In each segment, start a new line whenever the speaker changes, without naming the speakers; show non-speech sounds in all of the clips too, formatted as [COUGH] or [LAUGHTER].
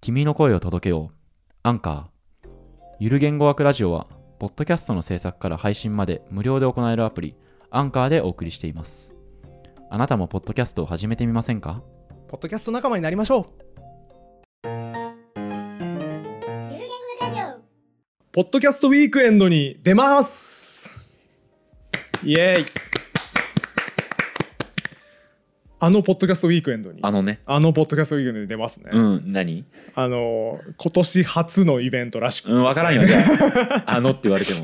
君の声を届けよう。アンカー。ゆる言語学ラジオは、ポッドキャストの制作から配信まで無料で行えるアプリ、アンカーでお送りしています。あなたもポッドキャストを始めてみませんか
ポッドキャスト仲間になりましょう
ゆる言語ラジオ
ポッドキャストウィークエンドに出ますイエーイあのポッドキャストウィークエンドに
のね。
あのポッドキャストウィークエンドに出ますね、
うん、何
あの今年初のイベントらしくて
うん、わからんよ、じゃ [LAUGHS] あ。あのって言われても。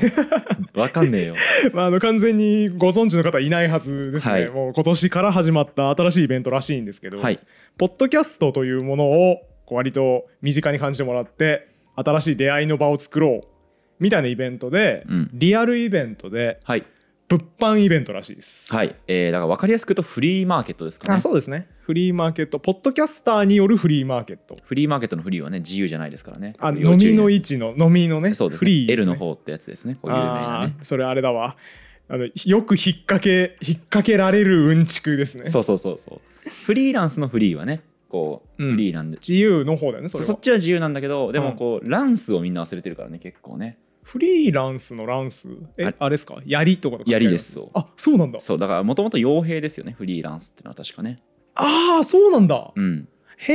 わかんねえよ。
まあ、あの完全にご存知の方いないはずですね、
はい
もう今年から始まった新しいイベントらしいんですけ
[LAUGHS]
ど、
はい。
ポッドキャストというものをこう割と身近に感じてもらって新しい出会いの場を作ろうみたいなイベントで、
うん
リアルイベントで
はい。
物販イベントらしいです。
はい。えー、だから分かりやすく言うとフリーマーケットですかね
あ。そうですねフリーマーケットポッドキャスターによるフリーマーケット
フリーマーケットのフリーはね、自由じゃないですからね。
あ
要
飲
注意
みの
で
位置の飲みのね
すそうです
フ
ね。
リーです
L
ね
の方ってやつですね。こういう有名な
あ
ね
ー。それあれだわあのよく引っ掛け引っ掛けられるうんちくですね
[LAUGHS] そうそうそうそう。フリーランスのフリーはね、こう、
うん
フリーなんで。
自由の方だよねそ
そ
れ
そっ
は
ちは自由なんだけど、で
う
も
ん
こう、ランスをみんな忘れてるからね、結構ね。
フリーランスのランスえ
あ
あ
れ
れですか槍とかとか
槍ですそう
あそうなんだ
そう、だからもともと傭兵ですよね、フリーランスってのは確かね。
ああそうなんだ
うん。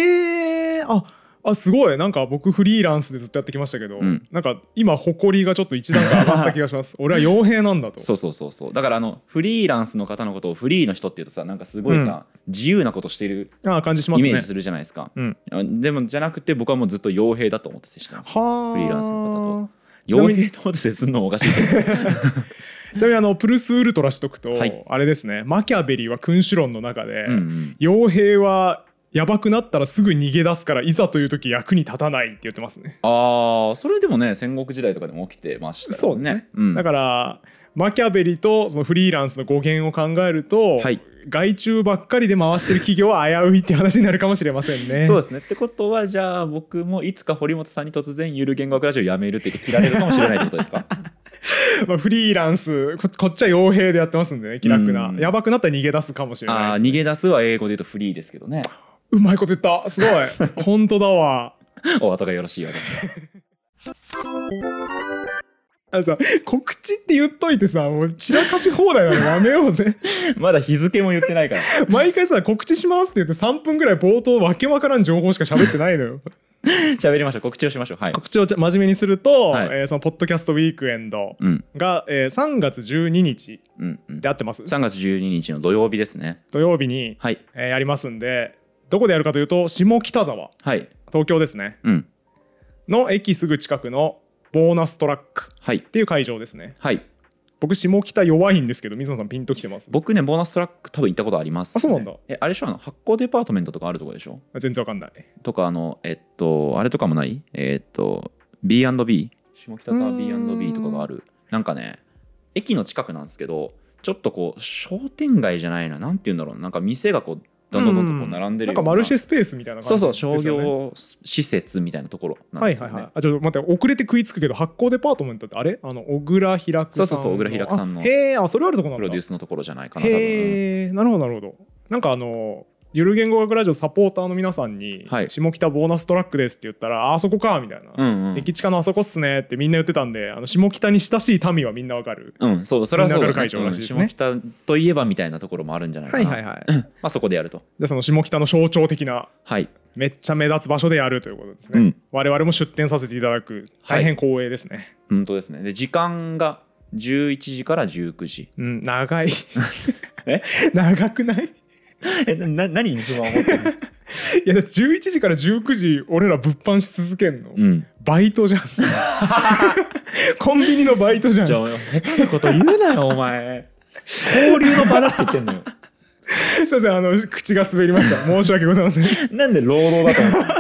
へえああすごいなんか僕フリーランスでずっとやってきましたけど、
うん
なんか今誇りがちょっと一段階上がった気がし
[LAUGHS]
ます俺は傭兵なんだと
そうそうそうそう。だからあの、フリーランスの方のことをフリーの人っていうとさ、なんかすごいさ、自由なことしてる
ああ感じしま
イ
すね
メージするじゃないですか。
うん
でも、じゃなくて僕はもうずっと傭兵だと思って接してます。
はあ
フリーランスの方
とちな
傭
みに
兵と思って接するのもおかしいけど。
ちなみにあのプルスウルトラしとくと、
はい
あれですねマキャベリは君主論の中で、
[LAUGHS] うんうん
傭兵はやばくなったらすぐ逃げ出すからいざという時役に立たないって言ってますね、
ああそれでもね戦国時代とかでも起きてました
そ
よ
うで
ね
すね
うん、
だからマキャベリとそのフリーランスの語源を考えると、
はい
外注ばっかりで回してる企業は危ういって話になるかもしれません
[LAUGHS]
ね。
そうですねってことはじゃあ僕もいつか堀本さんに突然ゆる言語学ラジオやめるって言って切られるかもしれないってことです
[LAUGHS]
か
[LAUGHS] まあ、フリーランスここっちは傭兵でやってますんでね気楽な
うん
やばくなったら逃げ出すかもしれ
あ
な
あ
い
逃げ出すは英語で言うとフリーですけど
[LAUGHS]
ね
うまいこと言ったすごい本当だわ
お後がよろしいようで
あのさ告知って言っといてさもう散らかし放題なのやめようぜ [LAUGHS]
まだ日付も言ってないから
毎回さ告知しますって言って3分ぐらい冒頭わけわからん情報しか喋ってないのよ [LAUGHS]
喋りましょう告知をしましょうはい、
告知をちゃ真面目にすると、
はい
えーそのポッドキャストウィークエンド
うん
が、えー3月12日
うんうん、
で合ってます
3月12日の土曜日ですね
土曜日に、
はい
えーやりますんでどこでやるかというと下北沢
はい
東京ですね
うん
の駅すぐ近くのボーナストラックっ
はい
ていう会場ですね
はい
僕下北弱いんですけど水野さんピンときてます
僕ねボーナストラック多分行ったことあります、
あそうなんだ
えあれでしょあの発行デパートメントとかあるとこでしょ
全然わかんない
とかあのえっとあれとかもないえっと B&B 下北沢
うーん
B&B とかがあるなんかね駅の近くなんですけどちょっとこう商店街じゃないななんて言うんだろうなんか店がこうどんどんどんどんこう並んでる
う
ような
なんかマルシェスペースみたいな
そ
感
う
じ
そう
ですよ
商
ね
業施設みたいなところなん
はい
です
は
よ
い
ね、
はいあちょっと待って遅れて食いつくけど発行デパートメントってあれあの小倉平久さんの
そうそうそう小倉平久さんの
あへえあそれあるとこなんだ
プロデュースのところじゃないかな多分うん
へえなるほどなるほどなんかあのゆる言語学ラジオサポーターの皆さんに
はい
下北ボーナストラックです」って言ったら「ああそこか」みたいな、
うんうん
駅近のあそこっすね」ってみんな言ってたんであの下北に親しい民はみんなわかる
うん、そうそれはそうだ、
みんながある会場らしいですね
うん下北といえばみたいなところもあるんじゃないかな、ま
はいじ
あ、そこでやると
ゃあその下北の象徴的な
はい
めっちゃ目立つ場所でやるということですね、
うん
我々も出店させていただく大変光栄ですね、
本当ですねで時間が11時から19時
うん長い
[LAUGHS] え
[LAUGHS] 長くない
えな何に不満を持ってるの
いやだって11時から19時俺ら物販し続けんの、
うん
バイトじゃん
[LAUGHS]
コンビニのバイトじゃん
じゃあ下手なこと言うなよお前交流の場だって言ってんのよ
すいませんあの口が滑り
[LAUGHS]
ました申し訳ございませんい
なんで労働だと思って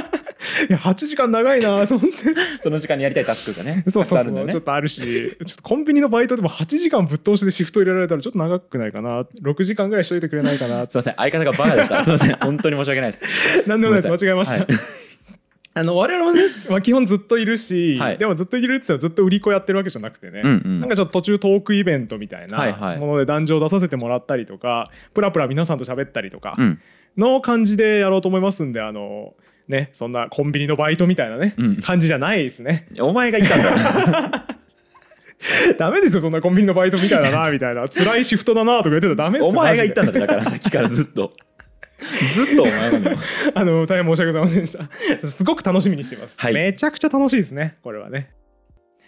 や8時間長いなと
[LAUGHS]
思って
その時間にやりたいタスクがね
[LAUGHS] そうそう
たくさんあ
そ
る
う、
んだよ
ちょっ
ね
とあるしちょっとコンビニのバイトでも8時間ぶっ通しでシフト入れられたらちょっと長くないかな6時間ぐらいしといてくれないかな
すいません相方がバカで
[LAUGHS]
したすいません本当に申し訳ないです
何でもないです
ごめんなさ
間違えました、
はい
[LAUGHS] あの我々もね、まあ、基本ずっといるし、
はい
でもずっといるって言ったらずっと売り子やってるわけじゃなくてね、
うんうん
なんかちょっと途中トークイベントみたい
はいは
ないもので壇上出させてもらったりとか、プラプラ皆さんと喋ったりとか
うん
の感じでやろうと思いますんであのねそんなコンビニのバイトみたいなね、
うん
感じじゃないですね
お前が言ったんだよ
[LAUGHS] ダメですよそんなコンビニのバイトみたいだなみたいな辛いシフトだなとか言ってたらダメですよ
お前が言った
マ
んだってだからさっきからずっとずっとお前なのよ
ジであの大変申し訳ございませんでした [LAUGHS] すごく楽しみにしています、
はい
めちゃくちゃ楽しいですねこれはね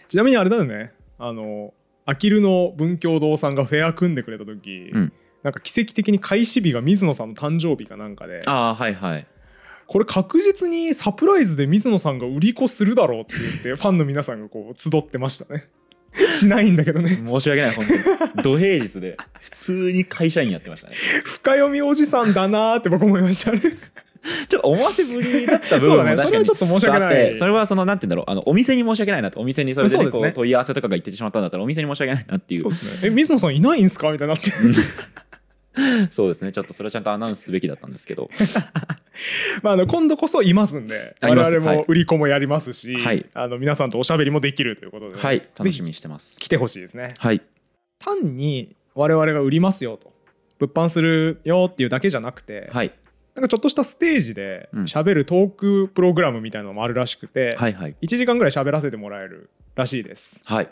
ちなみにあれだよねあのあきるの文教堂さんがフェア組んでくれた時、
うん
なんか奇跡的に開始日が水野さんの誕生日かなんかで
[LAUGHS] ああはいはい
これ確実にサプライズで水野さんが売り子するだろうって言ってファンの皆さんがこう集ってましたね [LAUGHS] しないんだけどね
申し訳ない本当に土平日で普通に会社員やってましたね
深読みおじさんだなーって僕思いましたね
ちょっと思わせぶりだった部分も確かに
そうだねそれはちょっと申し訳な
あ
い
ってそれはそのなんて言うんだろうあのお店に申し訳ないなとお店にそれで,、
そうです
こ
ね
う問い合わせとかが行ってしまったんだったらお店に申し訳ないな [LAUGHS] っていう
そうですねえ水野さんいないんすかみたいになって
そうですねちょっとそれはちゃんとアナウンスすべきだったんです
[LAUGHS]
けど
まああの今度こそいますんで
あいます
我々
は
も
い
売り子もやりますし、
はい
あの皆さんとおしゃべりもできるということで、
はい楽しみ
ぜ
にしてます
ひ来てほしいですね
はい
単に我々が売りますよと物販するよっていうだけじゃなくて、
はい
なんかちょっとしたステージで
うん
喋るトークプログラムみたいなのもあるらしくて、
はいはい
1時間ぐらい喋らせてもらえるらしいです
はい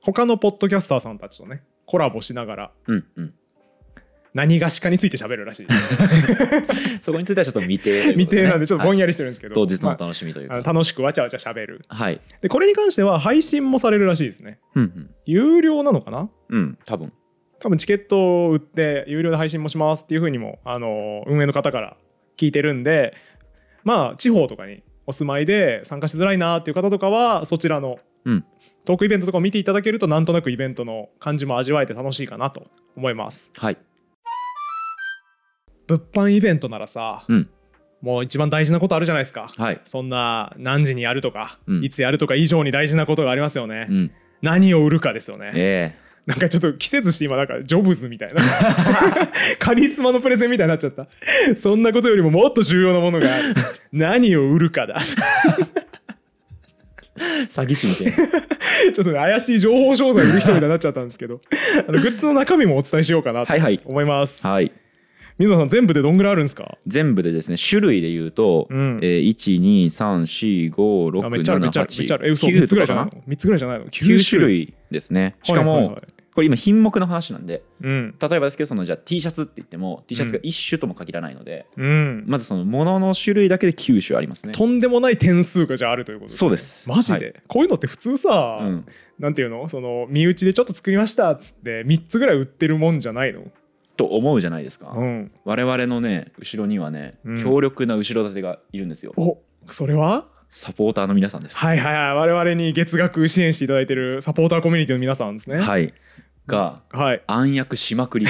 他のポッドキャスターさんたちとねコラボしながら
うんうん
何がしかについて喋るらし
[LAUGHS]
いです
そこについてはちょっと未定ということで、ね、
未定なんでちょっとぼん
や
やりしてるんですけ
り当
ど、
日の
ま
お楽しみという
あ
か、
あの楽しくわちゃわちゃ喋る
はい
でこれに関しては配信もされるらしいですね
うん
有料なのかな
うんうん多分
多分チケットを売って有料で配信もしますっていうふうにもあの運営の方から聞いてるんでまあ地方とかにお住まいで参加しづらいなっていう方とかはそちらの
うん
トークイベントとかを見ていただけるとなんとなくイベントの感じも味わえて楽しいかなと思います
はい
物販イベントならさ、
うん
もう一番大事なことあるじゃないですか
はい
そんな何時にやるとか、
うん
いつやるとか以上に大事なことがありますよね、
うん
何を売るかですよね
え
なんかちょっと季節して今なんかジョブズみたいな [LAUGHS] カリスマのプレゼンみたいになっちゃったそんなことよりももっと重要なものがある何を売るかだち
え詐欺師みたいな
ょっとね怪しい情報商材売る人みたいになっちゃったんですけどあのグッズの中身もお伝えしようかなと
はいはい
思います、
はい
水野さん全部でどんぐらいあるんですか
全部でですね種類で言うと、
うん
えー、1 2 3 4 5 6
あめっちゃあるめっちゃあるめっちゃあるえ
7
嘘3
8
つぐらいじゃない
9
の3つぐらいじゃないの
9種類ですねしかも、
はいはいはい
これ今品目の話なんで
うん
例えばですけどそのじゃあ T シャツって言っても T シャツが1種とも限らないので、
うん
まずその物の種類だけで9種ありますね
とんでもない点数がじゃああるということですね
そうです
マジで、
は
こういうのって普通さ、
うん
なんていうのその身内でちょっと作りましたっつって3つぐらい売ってるもんじゃないの
と思うじゃないですか、
うん
我々のね後ろにはね、
うん
強力な後ろ盾がいるんですよ
おそれは
サポーターの皆さんです
はいはいはい我々に月額支援していただいてるサポーターコミュニティの皆さんですねい、
はいが
はい、
暗躍しま
[LAUGHS]
くり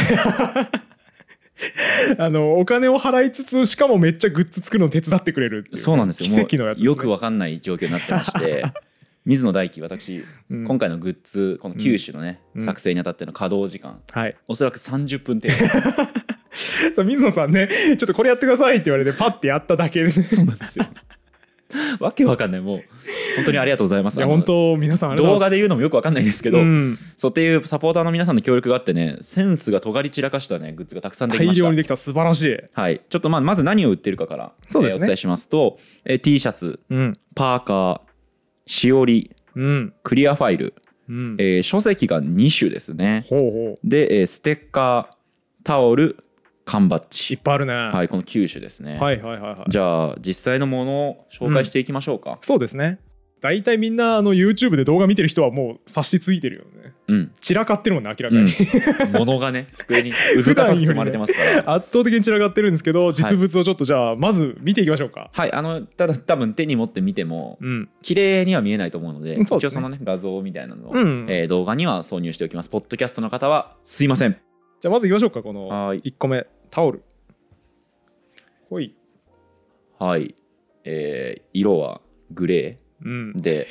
あのお金を払いつつしかもめっちゃグッズ作るの手伝ってくれるっていう
そうなんですよ
奇跡のやつです、ね、
もうよくわかんない状況になってまして
[LAUGHS]
水野大輝私、
うん
今回のグッズこの九種のね、
うん
作成にあたっての稼働時間
はい、
おそらく30分程度
そう水野さんねちょっとこれやってくださいって言われてパッてやっただけですね
そうなんですよわけわかんないもう本当にありがとうございます
いや
あの
本当皆さんありがとう
動
ご
画
ざいま
です言うのもよくわかんないですけど、
うん
そうっていうサポーターの皆さんの協力があってねセンスが尖り散らかしたねグッズがたくさんできま
大
した
量にできた素晴らしい、
はい、ちょっとまあまず何を売ってるかから、
そうですね
えーお伝えしますと、えー T シャツ
うん
パーカーしおり
うん
クリアファイル、
うん
えー書籍が2種ですね
ほうほ
で、えーステッカータオル缶バッ
ういっ
ジ、
ぱいあるね、
はい、この9種ですね、
はいはいはいはい
じゃあ実際のものを紹介していきましょうか
そうですね大体みんなあの YouTube で動画見てる人はもう察しついてるよね
うん、
散らかってるもんね明らか
う
に、
ん [LAUGHS] 物がね机
[LAUGHS]
にうずたかく積まれてますから、
圧倒的に散らかってるんですけど実物をちょっとじゃあまず見ていきましょうか、
はいあのただ多分手に持って見ても
うん
綺麗には見えないと思うので
うんそう
一
ですね
応そのね画像みたいなのを、
うん
えー動画には挿入しておきますポッドキャストの方はすいません
じゃあまずいきましょうかこの
はい
1個目タオルほい
はい、えー色はグレ
うん
ー、
[LAUGHS]
で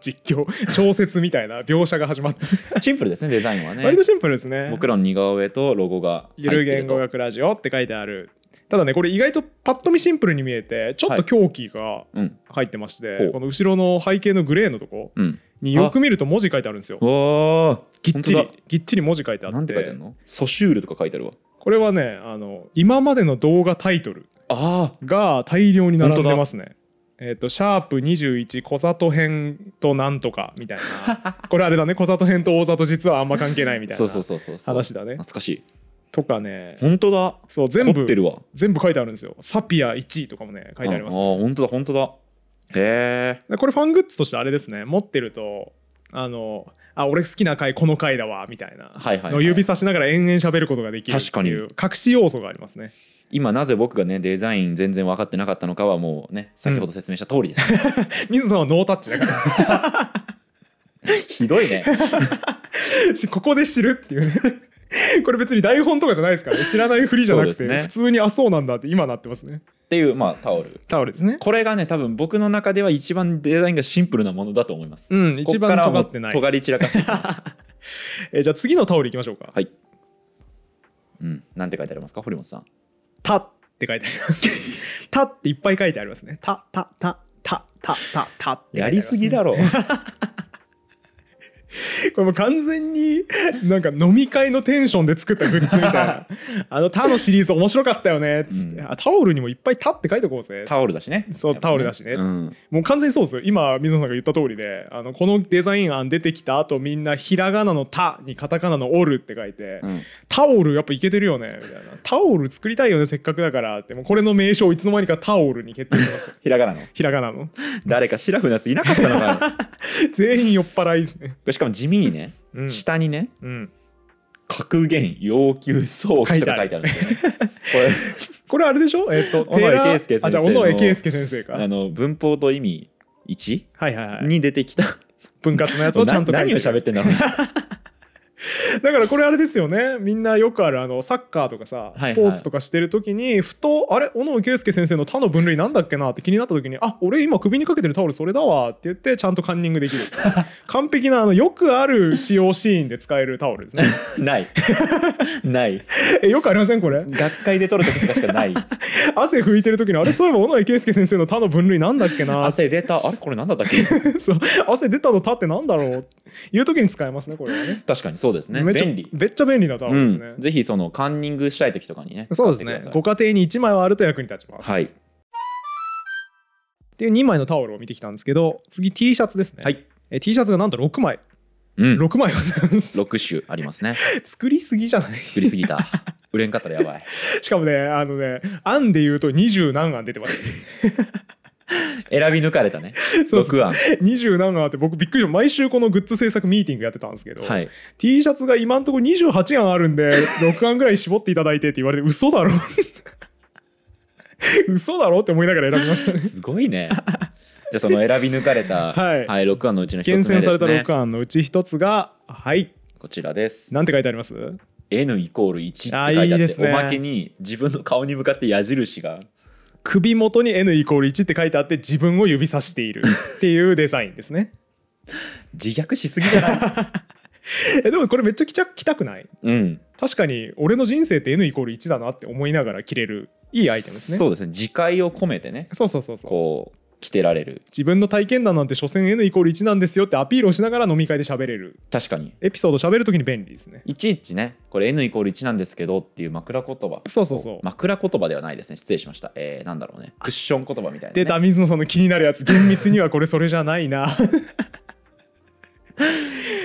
実況 [LAUGHS] 小説みたいな描写が始まった、
シンプルですねデザインはね
割とシンプルですね
僕らの似顔絵とロゴが入
ゆ
ってる
る言
と
語学ラジオって書いてあるただねこれ意外とパッと見シンプルに見えてちょっと狂気が
うん
入ってまして、
ほう
この後ろの背景のグレーのとこ
うん
によく見ると文字書いてあるんですよ
おー
ぎっち
本
りぎっちり文字書いて
当
あ
だな
っ
んて書いてあ
て
るのソシュールとか書いてあるわ
これはねあの今までの動画タイトル
あ
が大量に並んでますねえっとシャープ21小里編となんとかみたいな [LAUGHS] これあれだね小里編と大里実はあんま関係ないみたい
そうそう
な
そうそうそう
話だね
懐かしい
とかね
本当だ
そう全
凝
部
ってるわ
全部書いてあるんですよサピア1位とかもね書いてありま
あ
す
あ本当だ本当だへえ
でこれファングッズとしてあれですね持ってるとあのあ俺好きな回この回だわみたいな、
はいはいはい
の指さしながら延々喋ることができるって
確かに
いう隠し要素がありますね
今なぜ僕がねデザイン全然分かってなかったのかはもうね先ほど説明した通り
[LAUGHS]
です、
水野さんはノータッチだから
ひどいね
ここで知るっていうね [LAUGHS] これ別に台本とかじゃないですからね知らないふりじゃなく
そ
て、
うですね
普通にあそうなんだって今なってますね
っていうまあタオル
タオルですね
これがね多分僕の中では一番デザインがシンプルなものだと思います、
うん一番
こっからはも
尖
う
ってない
尖り散ら
[LAUGHS]
かしていきます
えーじゃあ次のタオルいきましょうか
はいうんなんて書いてありますか堀本さん
「た」って書いてあります [LAUGHS] 「た」っていっぱい書いてありますね「た」「た」「た」「た」「た」「た」「た」って書いてあ
やり
ります
す
ね
ぎだろ
これもう完全になんか飲み会のテンションで作ったグッズみた
[LAUGHS]
いなあの「タ」のシリーズ面白かったよねっつって、
うん
あタオルにもいっぱい「タ」って書いてこうぜ
タオルだしね
そう
やっぱね
タオルだしね
うん、
もう完全にそうですよ今水野さんが言った通りであのこのデザイン案出てきた後みんなひらがなの「タ」にカタカナの「オル」って書いて、
うん
タオルやっぱいけてるよねみたいなタオル作りたいよねせっかくだからってもうこれの名称いつの間にかタオルに決定しま
[LAUGHS]
した
ひらがなの
ひらがなの
誰かシラフのやついなかったの
[LAUGHS]
かよ
全員酔っ払いですね
これしかも地味にね、
うん
下にね
うん
格言要求早期とか書いてあるんですよ、ね、
これあれでしょえっ、と
尾上啓介先生の
あじゃあ小野江圭介先生
こ
か
れあの文法と意味1
はいはいはい
に出てきた、
分割のやつをちゃんと
な
書いて
何を
る
喋ってんだろうな
[LAUGHS] だからこれあれですよねみんなよくあるあのサッカーとかさ
いはい
スポーツとかしてる時にふと「あれ小野圭介先生の他の分類なんだっけな?」って気になった時に「あ俺今首にかけてるタオルそれだわ」って言ってちゃんとカンニングできる
[LAUGHS]
完璧なあのよくある使用シーンで使えるタオル
[LAUGHS]
ですね
ないない
えよくありませんこれ
学会で取る時とかしかない
汗拭いてる時に「あれそういえば小野圭介先生の他の分類なんだっけな?」
汗出たあれこれなんだったっけ
そう汗出たの他ってなんだろう?」いう時に使えますねこれはね
確かにそうですね
めっちゃ
便利
めっちゃ便利なタオ
う
ルですね、
ん、ぜひそのカンニングしたい時とかにね
そう
使
です
っ
ね
てください
ご家庭に1枚はあると役に立ちます、
はい
っていう2枚のタオルを見てきたんですけど次 T シャツですね、
はい
え T シャツがなんと6枚
うん
6枚ございます
6種ありますね
[LAUGHS] 作りすぎじゃない
作りすぎ
[LAUGHS]
た売れんかったらやばい
しかもねあのね案で言うと20何案出てましたね
選び抜かれたね
そうそう
6案
20何案あって僕びっくりした毎週このグッズ制作ミーティングやってたんですけど、
はい
T シャツが今んところ28案あるんで6案ぐらい絞っていただいてって言われて嘘 [LAUGHS] だろ嘘だろって思いながら選びましたね
すごいねじゃあその選び抜かれた、
はい
6案のうちの1つ目
厳
ですね
選された6案のうち1つがはい
こちらです
なんて書いてあります
N イコール1って書いてあっ
あ
て
いいですね
おまけに自分の顔に向かって矢印が
首元に N イコール1って書いてあって自分を指さしているっていうデザインですね
自虐しすぎじゃ
[LAUGHS]
ない
えでもこれめっちゃ着ちゃ着たくない
うん
確かに俺の人生って N イコール1だなって思いながら着れるいいアイテムですね
そうですね自戒を込めてね
そうそうそうそう
こう着てられる
自分の体験談なんて所詮 N イコール1なんですよってアピールをしながら飲み会で喋れる
確かに
エピソード喋るときに便利ですね
いちいちねこれ N イコール1なんですけどっていう枕言葉
そうそうそう
枕言葉ではないですね失礼しましたえー、なんだろうねクッション言葉みたいな、ね、
出た水野さんの気になるやつ厳密にはこれそれじゃないな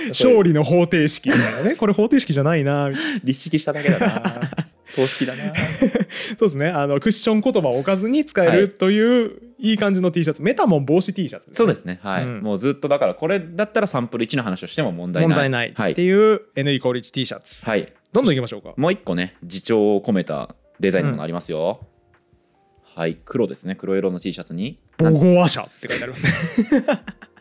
勝利の方程式みたいなねこれ方程式じゃないなみたいな
立式しただけだな
[LAUGHS]
等式だな
そうですねあのクッション言葉を置かずに使えるといういい感じの T シャツ、メタモン防止 T シャツ、
そうですねはい、
うん
もうずっとだからこれだったらサンプル1の話をしても問題ない
問題ない
は
っ
い
て、いう N イコール 1T シャツ、
はい、
どんどんいきましょうか
もう一個ね自重を込めたデザインのものありますよ、はい黒ですね黒色の T シャツに
ボゴアシャって書いてありますね [LAUGHS]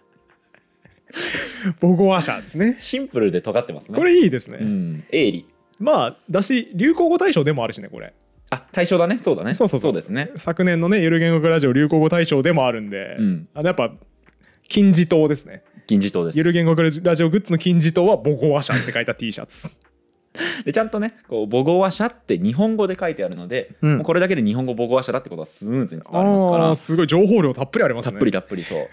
ボゴアシャですね
シンプルで尖ってますね
これいいですね、
うん鋭利
まあだし流行語大賞でもあるしねこれ
あ対象だねそうだね
そうそうそう
ですね
昨年のね「ゆる言語ラジオ」流行語大賞でもあるんで、
うん
あのやっぱ金字塔ですね
金字塔です
ゆる言語ラジオグッズの金字塔はボゴアシャって書いた T シャツ
でちゃんとねこう母語話者って日本語で書いてあるので、
うん
もうこれだけで日本語母語話者だってことはスムーズに伝わりますか
あ
ら
あすごい情報量たっぷりあります
たっ
ね
ぷりたっぷりそう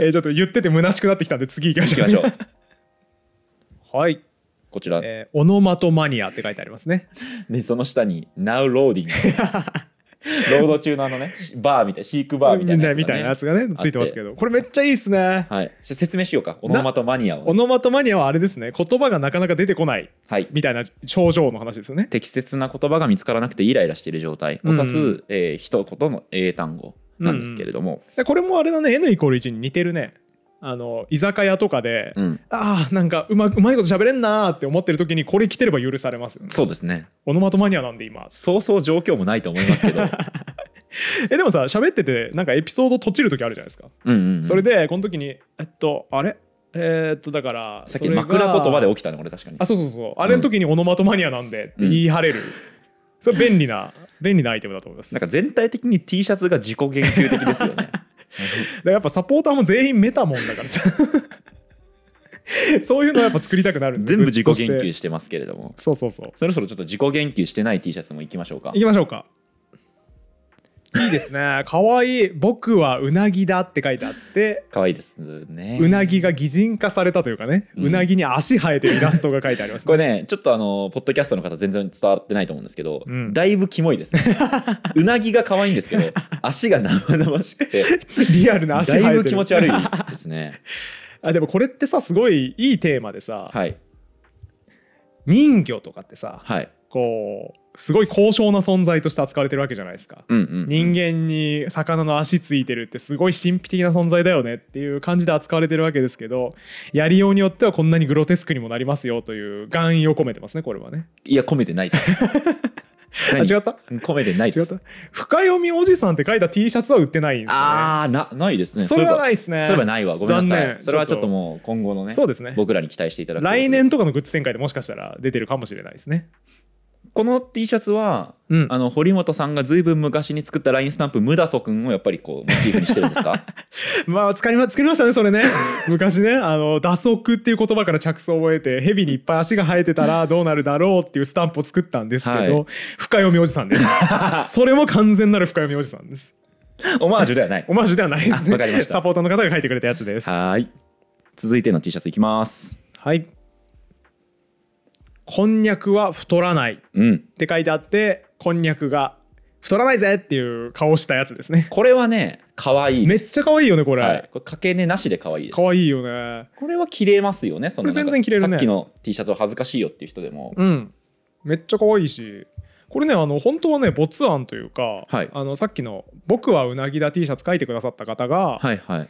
えーちょっと言ってて虚しくなってきたんで次行きま
い
し
き
ょう
ま
[LAUGHS]
しょう
はい、
こちら、
えーオノマトマニアって書いてありますね
でその下に Now Loading 労働中のあのねしバーみたい飼育バーみたいなやつ、ね、
みたいなやつがねついてますけどこれめっちゃいいっすね
はいせ説明しようかオノマトマニアを
オ
ね
ノマトマニアはあれですね言葉がなかなか出てこない
はい
みたいな症状の話ですよね
適切な言葉が見つからなくてイライラしている状態を指す、
うん
えー一言の英単語なんですけれども、
でこれもあれだね N イコール1に似てるねあの居酒屋とかで、
うん
ああなんかうまうまいこと喋れんなーって思ってる時にこれ来てれば許されますよね
そうですね
オノマトマニアなんで今
そうそう状況もないと思います [LAUGHS] けど
えでもさ喋っててなんかエピソードとちる時あるじゃないですか、
うんうんうん
それでこの時にえっとあれえーっとだから
さっ
そ
き
れが
枕言葉で起きたね俺確かに
あそうそうそうあれの時にオノマトマニアなんでって言い張れる、それ便利な便利なアイテムだと思います
なんか全体的に T シャツが自己言及的ですよね
だからやっぱサポーターも全員メタモンだからさそういうのはやっぱ作りたくなるんです
[LAUGHS] 全部自己言
グッズ
及
として
してますけれ [LAUGHS] ども
そうそうそう
そろそろちょっと自己言及してない T シャツもいきましょうか
行きましょうかいいですねかわいい「僕はうなぎだ」って書いてあって
可愛いですね
うなぎが擬人化されたというかね、
う
うんなぎに足生えてるイラストが書いてあります
こ
ね。
れねちょっとあのポッドキャストの方全然伝わってないと思うんですけど、
うん
だいぶキモいです [LAUGHS] ねうなぎが可愛いんですけど足が生々しくて
リアルな足生えて
だ
る。
いぶ気持ち悪い [LAUGHS] ですね
あでもこれってさすごいいいテーマでさ、
はい
人魚とかってさ
はい
こうすごい高尚な存在として扱われてるわけじゃないですか。
うんうん
人間に魚の足ついてるってすごい神秘的な存在だよねっていう感じで扱われてるわけですけどやりようによってはこんなにグロテスクにもなりますよという願意を込めてますねこれはね。
いや込めて [LAUGHS] ない
あ
何
違った
込めてない
違
で
っ
す
た深読みおじさんって書いた T シャツは売ってないんですよね。
ああなないですね
それはないいですね。
そういえばないわごめんな
残
さい
念
それはちょっと
ちょっと
もう今後のね
そうですね
僕らに期待していただくということで
来年とかのグッズ展開でもしかしたら出てるかもしれないですね。
この T シャツは
うん
あの堀本さんがずいぶん昔に作った LINE スタンプムダソ君をやっぱりこうモチーフにしてるんです [LAUGHS] か
まあ作りま作りましたねそれね。 [LAUGHS] 昔ねあの打足っていう言葉から着想を得て蛇にいっぱい足が生えてたらどうなるだろうっていうスタンプを作ったんですけど、
はい
深読みおじさ
[LAUGHS]
んです。それも完全なる深読みおじさんです。
オマージュではない
オマージュではないです
あ
ね。
わかりました
サポーターの方が書いてくれたやつです。
はーい続いての T シャツいきます
はい。こんにゃくは太らないっ
うん
て書いてあってこんにゃくが太らないぜっていう顔したやつですね。
これはね可愛い
めっちゃ可愛いよねこれ。
はい、これ掛け値なしで可愛いです
可愛いよね。
これは着れますよねその
これ全然
なんか
着れるね
さっきの T シャツは恥ずかしいよっていう人でも、
うん。めっちゃ可愛いし。これねあの本当はね没案というか、
はい
あのさっきの「僕はうなぎだ T シャツ」書いてくださった方が、
はいはい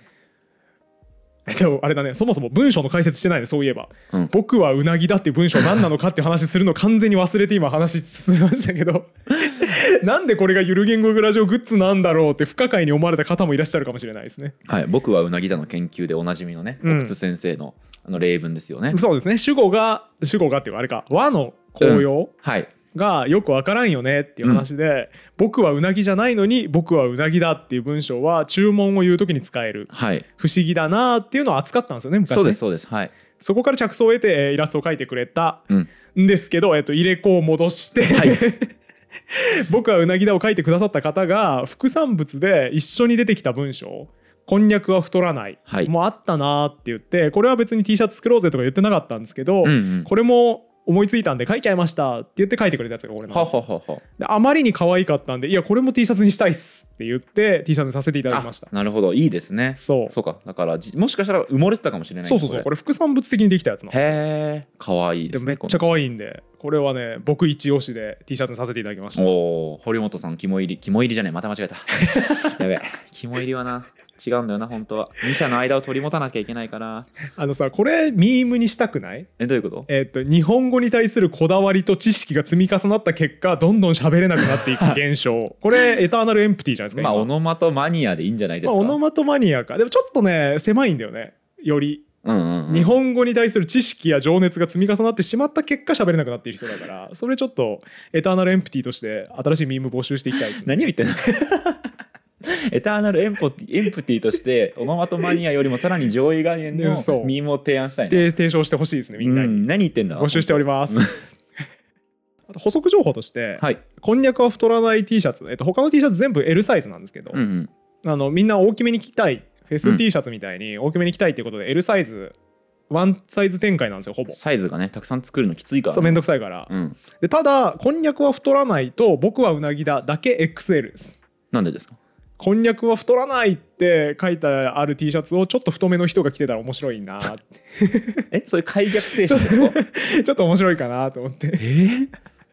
でもあれだねそもそも文章の解説してないねそういえば、
うん
僕はうなぎだ」っていう文章何なのかっていう話するの完全に忘れて今話進めました
[LAUGHS]
けどなんでこれがゆる言語グラジオグッズなんだろうって不可解に思われた方もいらっしゃるかもしれないですね。
はい、僕はうなぎだの研究でおなじみのね
うん
奥津先生のあの例文ですよね、
そうですね主語が主語がっていうかあれか和の公用、
はい
がよくわからんよねっていう話で、僕はうなぎじゃないのに僕はうなぎだっていう文章は注文を言うときに使える
はい
不思議だなっていうのを扱ったんですよね昔ね
そうですそうですはい
そこから着想を得てえーイラストを描いてくれた
うん
んですけど、えっと、入れ子を戻して、 [LAUGHS] 僕はうなぎだを書いてくださった方が副産物で一緒に出てきた文章こんにゃくは太らない、
はい
もうあったなーって言ってこれは別に T シャツ作ろうぜとか言ってなかったんですけ
う
ど、
んうん
これも思いついたんで書いちゃいましたって言って書いてくれたやつが俺なん
は
です
ははは
であまりに可愛かったんでいやこれも T シャツにしたいっすって言って T シャツにさせていただきました
あなるほどいいですね
そう
そうかだからじもしかしたら埋もれてたかもしれない
そうそうそうこれ副産物的にできたやつなんですよ
へえかわいいで
ですも
ね
めっちゃ可愛いんでこれはね僕一押しで T シャツにさせていただきまし
この
た
おお堀本さん肝入り肝入りじゃねえまた間違えたやべえ肝入りはな違うんだよな本当は二者の間を取り持たなきゃいけないから
あのさこれミームにしたくない
えどういうこと
えっと日本語に対するこだわりと知識が積み重なった結果どんどん喋れなくなっていく
[LAUGHS]
現象これエターナルエンプティじゃないですか
まあ
今
オノマトマニアでいいんじゃないです
まあ
か、
オノマトマニアかでもちょっとね狭いんだよねより
うんうんうん
日本語に対する知識や情熱が積み重なってしまった結果喋れなくなっている人だからそれちょっとエターナルエンプティとして新しいミーム募集していきたいですね
何を言ってんの [LAUGHS] エターナルエンポエンプティとしてオノマトマニアよりもさらに上位概念の
そう
ミームを提案したいな
で提唱してほしいですねみんな
う
に
ん何言ってんだ
募集しており
ま
ます
[LAUGHS]
あと補足情報として、
はい、
こんにゃくは太らない T シャツ、えっと、他の T シャツ全部 L サイズなんですけど、
うんうん、
あのみんな大きめに着たいフェス T シャツみたいに大きめに着たいっていうことで L サイズワンサイズ展開なんですよほぼ
サイズがねたくさん作るのきついからね
そうめんどくさいから、
うん
でただこんにゃくは太らないと僕はうなぎだだけ XL です
なんでですか
こんにゃくは太らないって書いてある T シャツをちょっと太めの人が着てたら面白いなち
えそういう開逆精神ってこと
ょっと面白いかなと思って
[LAUGHS] え [LAUGHS] ー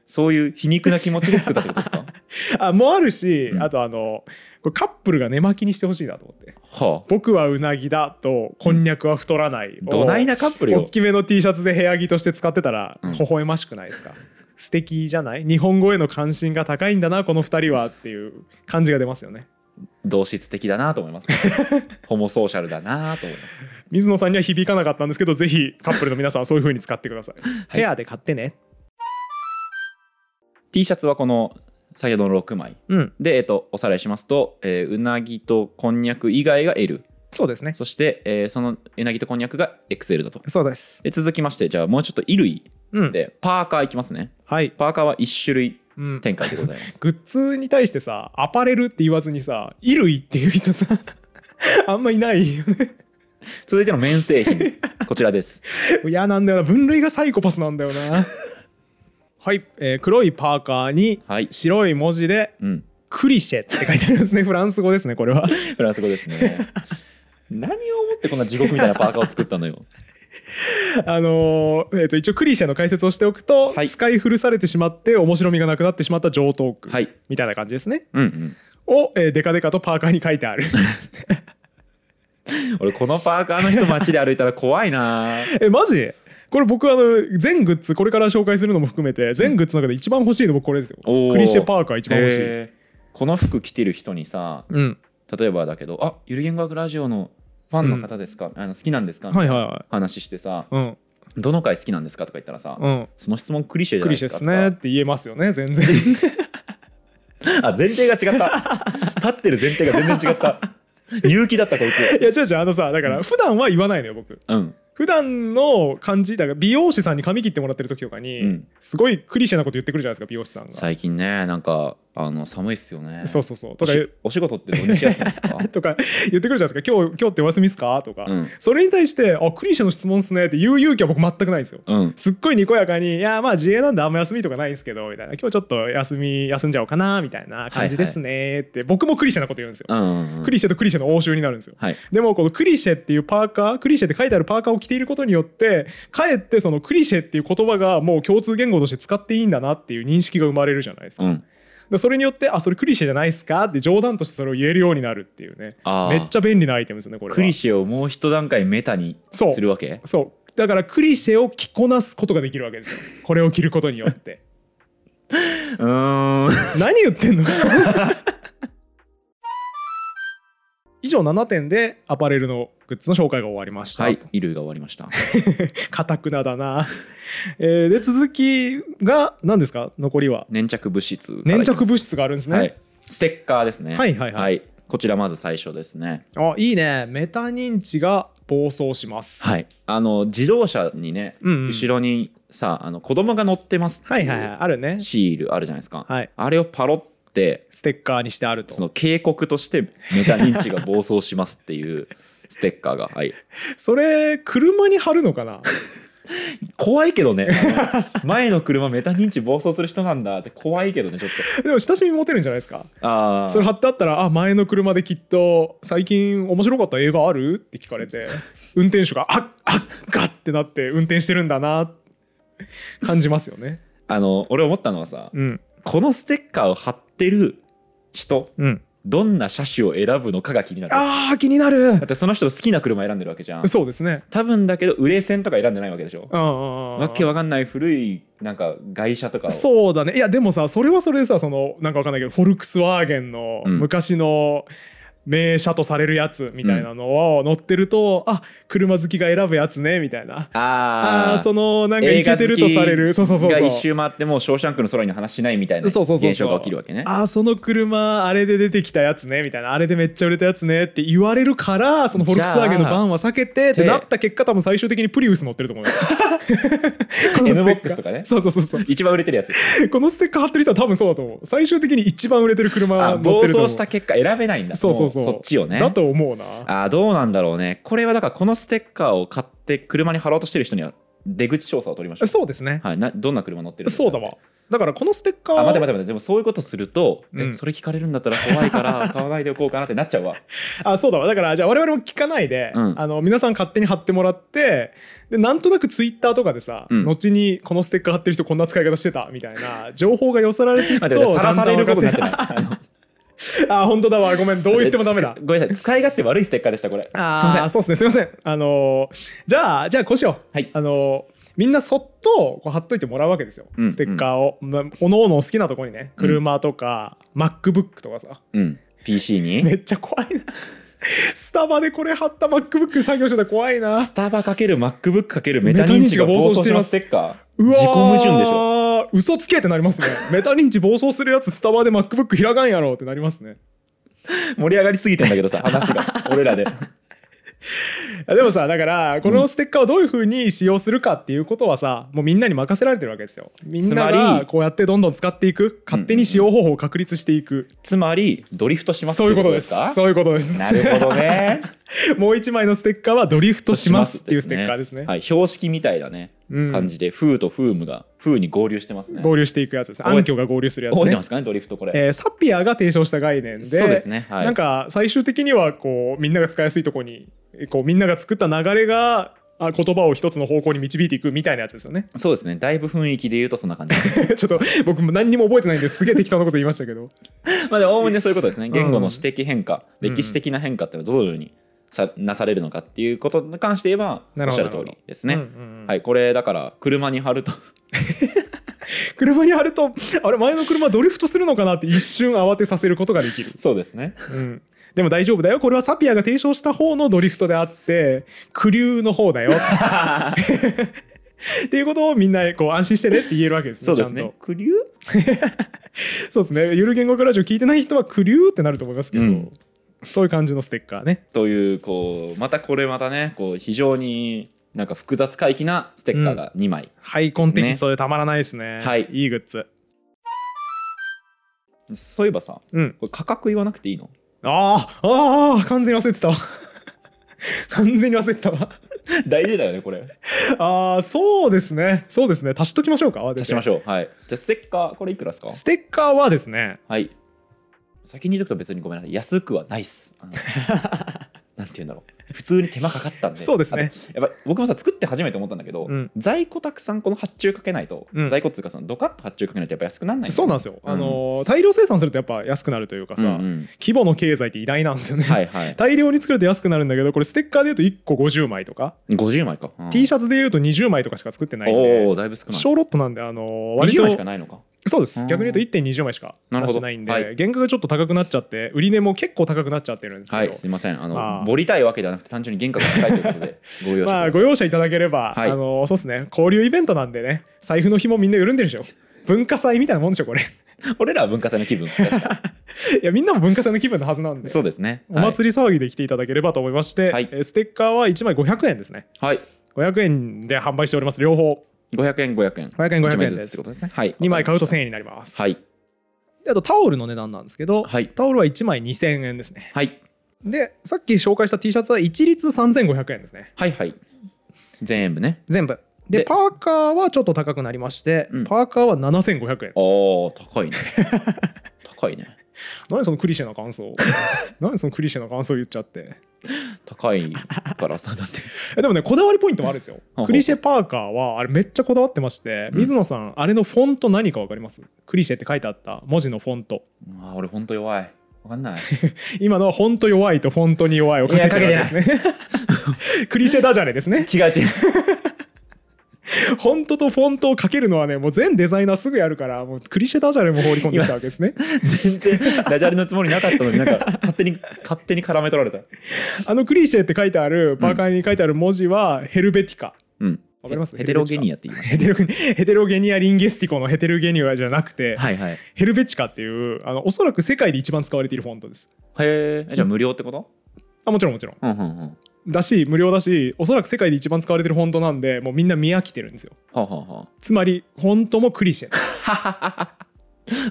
そういう皮肉な気持ちで作ったってことですか
[LAUGHS] あもあるし、
うん
あとあのこれカップルが寝巻きにしてほしいなと思って
はあ
僕はうなぎだとこんにゃくは太らないを
どないなカップル
大
よ
きめの T シャツで部屋着として使ってたら
うん
微笑ましくないですか、素敵じゃない日本語への関心が高いんだなこの二人はっていう感じが出ますよね
同質的だなと思
[LAUGHS]
いますホモソーシャルだなと思います
水野さんには響かなかったんですけどぜひカップルの皆さんはそういう風に使ってください、
い
ペアで買ってね
T シャツはこの先ほどの6枚
うん
で、えっと、おさらいしますと、えーうなぎとこんにゃく以外が L
そうですね
そして、えーそのうなぎとこんにゃくが XL だと
そうです
で続きましてじゃあもうちょっと衣類
うん
でパーカーいきますね
はい、
パーカーは1種類
うん、
展開でござい [LAUGHS] ます
グッズに対してさアパレルって言わずにさ衣類っていう人さ [LAUGHS] あんまいないよね [LAUGHS]
続いての綿製 [LAUGHS] 品こちらです
嫌なんだよな分類がサイコパスなんだよ
[LAUGHS]
なはい、えー黒いパーカーに
はい
白い文字で
うん
「クリシェ」って書いてある
[LAUGHS]
んですねフランス語ですねこれは
フランス語ですね何を思ってこんな地獄みたいなパーカーを作ったのよ
あのーえー、と一応クリシェの解説をしておくと、
はい
使い古されてしまって面白みがなくなってしまった上等
[LAUGHS]
句、
はい
みたいな感じですね
うん
を、えーデカデカとパーカーに書いてある
うん俺このパーカーの人街で歩いたら怖いな [LAUGHS]
[LAUGHS] えマジこれ僕あの全グッズこれから紹介するのも含めて全グッズの中で一番欲しいの僕これですよ
おー
クリシェパーカー一番欲しい
へーこの服着てる人にさ
うん
例えばだけど「あゆる言語学ラジオのファンの方ですか、あの好きなんですか?」
はいはいは
話してさ
いうん
「どの回好きなんですか?」とか言ったらさ、
うん
その質問クリシェじゃ
ク
ない
リ
で
シェ
す
っ
か
すねって言えますよね
[LAUGHS]
全然
あ前提が違った
[LAUGHS]
立ってる前提が全然違った勇気だったこいつ
いや違う違うあのさだから普段は言わないのよ僕
うん
普段の感じだから美容師さんに髪切ってもらってる時とかに、
うん
すごいクリシェなこと言ってくるじゃないですか美容師さんが、
最近ねなんかあの寒いっすよね
そうそうそうと
お
か
しお仕事ってどっち休みです
[LAUGHS]
か
とか言ってくるじゃないですか今日今日ってお休みっすかとか、
うん
それに対してあクリシェの質問っすねって言う勇気は僕全くないんですよ
うん
すっごいにこやかに「いやまあ自営なんであんま休みとかないんですけど」みたいな「今日ちょっと休み休んじゃおうかな」みたいな感じですねって、僕もクリシェなこと言うんですよ、
うんうんうん
クリシェとクリシェの応酬になるんですよ
はい
でもこのクリシェっていうパーカークリシェって書いてあるパーカーを着ていることによってかえってそのクリシェっていう言葉がもう共通言語として使っていいんだなっていう認識が生まれるじゃないですか,、
うん
それによってあそれクリシェじゃないですかって冗談としてそれを言えるようになるっていうね
あー
めっちゃ便利なアイテムですよねこれは
クリシェをもう一段階メタに
そう
するわけ
そうだからクリシェを着こなすことができるわけですよこれを着ることによって
う
[LAUGHS]
ーん
何言ってんの以上7点でアパレルのグッズの紹介が終わりました、
はい衣類が終わりました
かたくなだな、えーで続きが何ですか残りは
粘着物質からい
粘
きます
着物質があるんですね、
はい、ステッカーですね
はいはいはい
こちらまず最初ですね
あいいねメタ認知が暴走します、
はいあの自動車にね、
うんうん
後ろにさあの子供が乗ってますって
はい、
いう
はいはいあるね
シールあるじゃないですか、
はい
あれをパロって
ステッカーにしてあると
そ
そ
の警告としてメタ認知が暴走しますって
[LAUGHS]
いうステッカーが、はい、
れ車に貼るのかな [LAUGHS]
怖いけどねあの前の車メタ認知暴走する人なんだって怖いけどねちょっ
でも親しみ持てるんじゃないですか
とああ
それ貼ってあったら「あ前の車できっと最近面白かった映画ある?」って聞か
[LAUGHS]
れて運転手が「あっあっガッ!」ってなって運転してるんだな感じますよね。
あの俺思ったのはさ
うん
このステッカーを貼ってる人
うん、
どんな車種を選ぶのかが気になる
あー気になる
だってその人の好きな車選んでるわけじゃん
そうですね。
多分だけど売れ線とか選んでないわけでしょわ
わ
けわかんない古いなんか外車とかを
そうだねいやでもさそれはそれでさそのなんかわかんないけどフォルクスワーゲンの
うん
昔の名車とされるやつみたいなのを乗ってると、あ車好きが選ぶやつねみたいなあ
あ
あ
あ
ーそのなんかイ
映
ケ
画
て
好
ると
き
されるそうそうそう
が
そう
一周回ってもう「ショーシャンクの空に話しない」みたいな
そうそうそうそう
現象が起きるわけね
あーその車あれで出てきたやつねみたいなあれでめっちゃ売れたやつねって言われるからそのフォルクスワーゲンのバンは避けてって
じゃあ
なった結果多分最終的にプリウス乗ってると思うよ
[LAUGHS]
このステッカ
NBOX
ー
とかね
そうそうそうそう
一番売れてるやつ
このステッカー貼ってる人は多分そうだと思う最終的に一番売れてる車
あ
乗っ
暴
てると思う
走した結果選べないんだ
そうそうそう
そっちよね
だと思うな
あーどうなんだろうねこれはだからこのステッカーを買って車に貼ろうとしてる人には出口調査を取りましょ
そうですね
う、はい、などんな車乗ってるんですか
そうだわだからこのステッカー
あ待て待て待てでもそういうことすると、
うん
えそれ聞かれるんだったら怖い
[LAUGHS]
から買わないでおこうかなってなっちゃうわ
あそうだわだからじゃあ我々も聞かないで、
うん
あの皆さん勝手に貼ってもらってでなんとなくツイッターとかでさ、
うん
後にこのステッカー貼ってる人こんな使い方してたみたいな情報が寄せられてい
待っ
く
て待っ
と
てさらされることになってない
い
あの
[LAUGHS] あ本当だわごめんどう言ってもダメだ
つか [LAUGHS] ごめんなさい使い勝手悪いステッカーでしたこれすい
あー
ません
そうですねすいませんあのーじゃあじゃあこうしよう、
はい
あのーみんなそっとこう貼っといてもらうわけですよ、
うん
ステッカーを、まおのおの好きなとこにね
うん
車とか、MacBook とかさ
うん、PC
め
に
っちゃ怖いなスタバでこれ貼った MacBook 作業してたら怖いな
スタバかける MacBook かけるメタ認知が暴
メタ認知が暴走
走し
し
てて
いま
ますすステッカー
うわー
自己矛盾でしょ
嘘つけってなりま
[LAUGHS]
すねメタ認知暴走するやつスタバで MacBook 開かんやろってなりますね
盛り上がりすぎてんだけどさ話が俺らで
いやでもさだからこのステッカーをどういうふうに使用するかっていうことはさもうみんなに任せられてるわけですよみんな
つま
が
り
こうやってどんどん使っていく勝手に使用方法を確立していく、
つまりドリフトします
そういうことです
って
そういうことです
かなるほどね
[LAUGHS] もう一枚のステッカーはドリフトしますっていうステッカーですね
はい、標識みたいなね、
うん
感じで風と風ムが風に合流してますね
合流していくやつですね
覚え
暗渠が合流するやつ
覚えて
ね
ますかねドリフトこれ、
えーサピアが提唱した概念で
そうですねはい
なんか最終的にはこうみんなが使いやすいとこにこうみんなが作った流れがあ言葉を一つの方向に導いていくみたいなやつですよね [LAUGHS]
そうですねだいぶ雰囲気で言うとそんな感じです [LAUGHS]
ちょっと僕も何にも覚えてないんですげえ適当なこと言いましたけど
まあでもおおむねそういうことですね言語の私的変化、歴史的な変化っていうのはどのようにさなされるのかっていうことに関して言えばお
なる
っ
ほ
しゃ
ど
る通りです
うん
ね、
うんうん
はいこれだから車に貼ると
車に貼るとあれ前の車ドリフトするのかなって一瞬慌てさせることがで
[LAUGHS]
きる、
そうです
[LAUGHS]
ね
うん、でも大丈夫だよこれはサピアが提唱した方のドリフトであってクリューの方だよ
[LAUGHS]
っていうことをみんなこう安心してねって言えるわけですね
そうです
ちゃん
ね
と
クリュー
そうですね。ゆる言語学ラジオ聞いてない人はクリューってなると思いますけど、
うん
そういう感じのステッカーね。
というこうまたこれまたねこう非常になんか複雑怪奇なステッカーが2枚、
ハイコンテキストでたまらないですね。
はい
いいグッズ。
そういえばさ
うん。
これ価格言わなくていいの [LAUGHS]
ああ、ああ、完全に忘れてたわ。 [LAUGHS] 完全に忘れてたわ。
大事だよねこ
[LAUGHS]
れ
ああ、そうですね。そうですね。足しときましょうか。
出しまし
ょ
ょうはいじゃあステッカーこれいくらですか
ステッカーはですね、
はい先に言っとくと別にごめんなさい安くはないっす
[LAUGHS]
あのなんて言うんだろう普通に手間かかったんで
そうですね
あとやっぱ僕もさ作って初めて思ったんだけど、
うん
在庫たくさんこの発注かけないと、
うん
在庫っつうかそのドカッと発注かけないとやっぱ安くならない
そうなんんですよ。あのー、大量生産するとやっぱ安くなるというかさ、
うんうん
規模の経済って偉大なんですよね。
はいはい
大量に作ると安くなるんだけど、これステッカーで言うと1個50枚とか、
50枚か、うん
T シャツで言うと20枚とかしか作ってないんで
お、おだいぶ少ない
小ロットなんで、あの割
20
と
枚しかないのか
そうです
うん
逆に言うと1.20枚しか
なるほ
出し
ど
てないんで、
はい
原価がちょっと高くなっちゃって売り値も結構高くなっちゃってるんですけど、
はいすいませんあの
あー
盛りたいわけではなくて単純に原価が高いという
[LAUGHS]
ことでご容赦くだ
ま
さ
あ
い、
ご容赦いただければ、
はい
あのそうですね交流イベントなんでね財布の紐みんな緩んでるでしょ文化祭みたいなもんでしょこれ [LAUGHS] い
俺らは文化祭の気分
やみんなも文化祭の気分のはずなんで
そうですね
お祭り騒ぎで来ていただければと思いまして、
はい
えーステッカーは1枚500円ですね
はい、はい
500円で販売しております両方
500円500円
500円500円
一枚
で
ず
す
つってことですねはい
2枚買うと
わか
1000円になります、
りました
であとタオルの値段なんですけど、
はい
タオルは1枚2000円ですね
はいはい
でさっき紹介した T シャツは一律3500円ですね
はいはい全部ね
全部で
で
パーカーはちょっと高くなりまして、
うん
パーカーは7500円
おー高い [LAUGHS] ね高いね
何そのクリシェな感想 [LAUGHS] 何そのクリシェな感想言っちゃって
高いからさだって
えでもねこだわりポイントもあるんですよ
ほう
クリシェパーカーはあれめっちゃこだわってまして、
うん
水野さんあれのフォント何か分かりますクリシェって書いてあった文字のフォント
うわ俺ほんと弱いわかんない
今のはフォント弱いとフォントに弱いをかけてるんですね [LAUGHS] クリシェダジャレですね
違う違う
フォントとフォントをかけるのはねもう全デザイナーすぐやるからもうクリシェダジャレも放り込んできたわけですね
全然ダジャレのつもりなかったのになんか勝手に勝手に絡め取られた
あのクリシェって書いてあるパーカーに書いてある文字はヘルベティカ。
うん
わかります
ヘヘテロゲニアって言います
ヘテロゲニヘテロゲニア・リンゲスティコのヘテロゲニアじゃなくて、
はいはいへ
ヘルベチカっていうあのおそらく世界で一番使われているフォントです
えじゃあ無料ってこと
あもちろんもちろん
うんうんうんは
だし無料だしおそらく世界で一番使われているフォントなんでもうみんな見飽きてるんですよ
あはあはあ
つまりフォントもクリシェ
あ、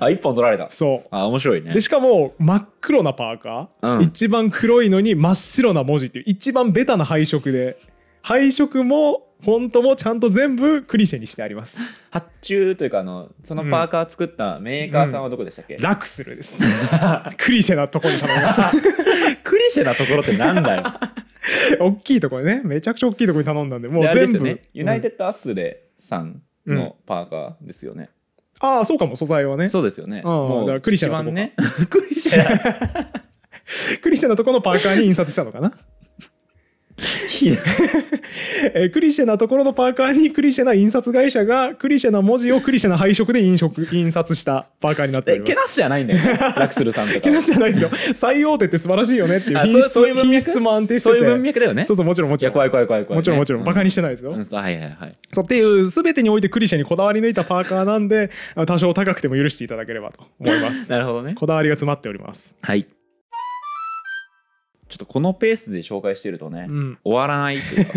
一本取られた。
そう
あ、面白いね
で。しかも真っ黒なパーカー、
うん
一番黒いのに真っ白な文字っていう一番ベタな配色で配色もフォントもちゃんと全部クリシェにしてあります
発注というか、あの、そのパーカー作ったメーカーさんはどこでしたっけ、
ラクスルですクリシェなとこに頼みました
[LAUGHS] クリシェなところってなんだよ。
大きいとこでねめちゃくちゃ大きいとこに頼んだんでもう
であれで
全
す
部
よね。ユナイテ
うん
ッドアスレさんのパーカーですよね。
ああそうかも素材はね
そうですよね。
うんだからクリシェなとこ
一番ね。クリシェな。
[LAUGHS] クリシェなとこのパーカーに印刷したのかなえークリシェなところのパーカーにクリシェな印刷会社がクリシェな文字をクリシェな配色で印色印刷したパーカーになって
え
おりま
け
す
なしじゃないんだよ
[LAUGHS]
ね。ラクスルさんとか
け
は。
なしじゃないですよ。最大手って素晴らしいよねっていう
あ
品質
そうそういう文脈
品質も安定して
そう
て。
いう文脈だよね。
そうそうもちろんも
い
ちろ
や、
ん。
怖い怖い怖い怖いね。
もちろんもちろん。バカにしてないですよ。
うんそうはいはいはい。
そうっていう全てにおいてクリシェにこだわり抜いたパーカーなんで、あ多少高くても許していただければと思
[LAUGHS]
います。
なるほどね。
こだわりが詰まっております。
はい。ちょっとこのペースで紹介してるとね、
うん。
終わらないというか。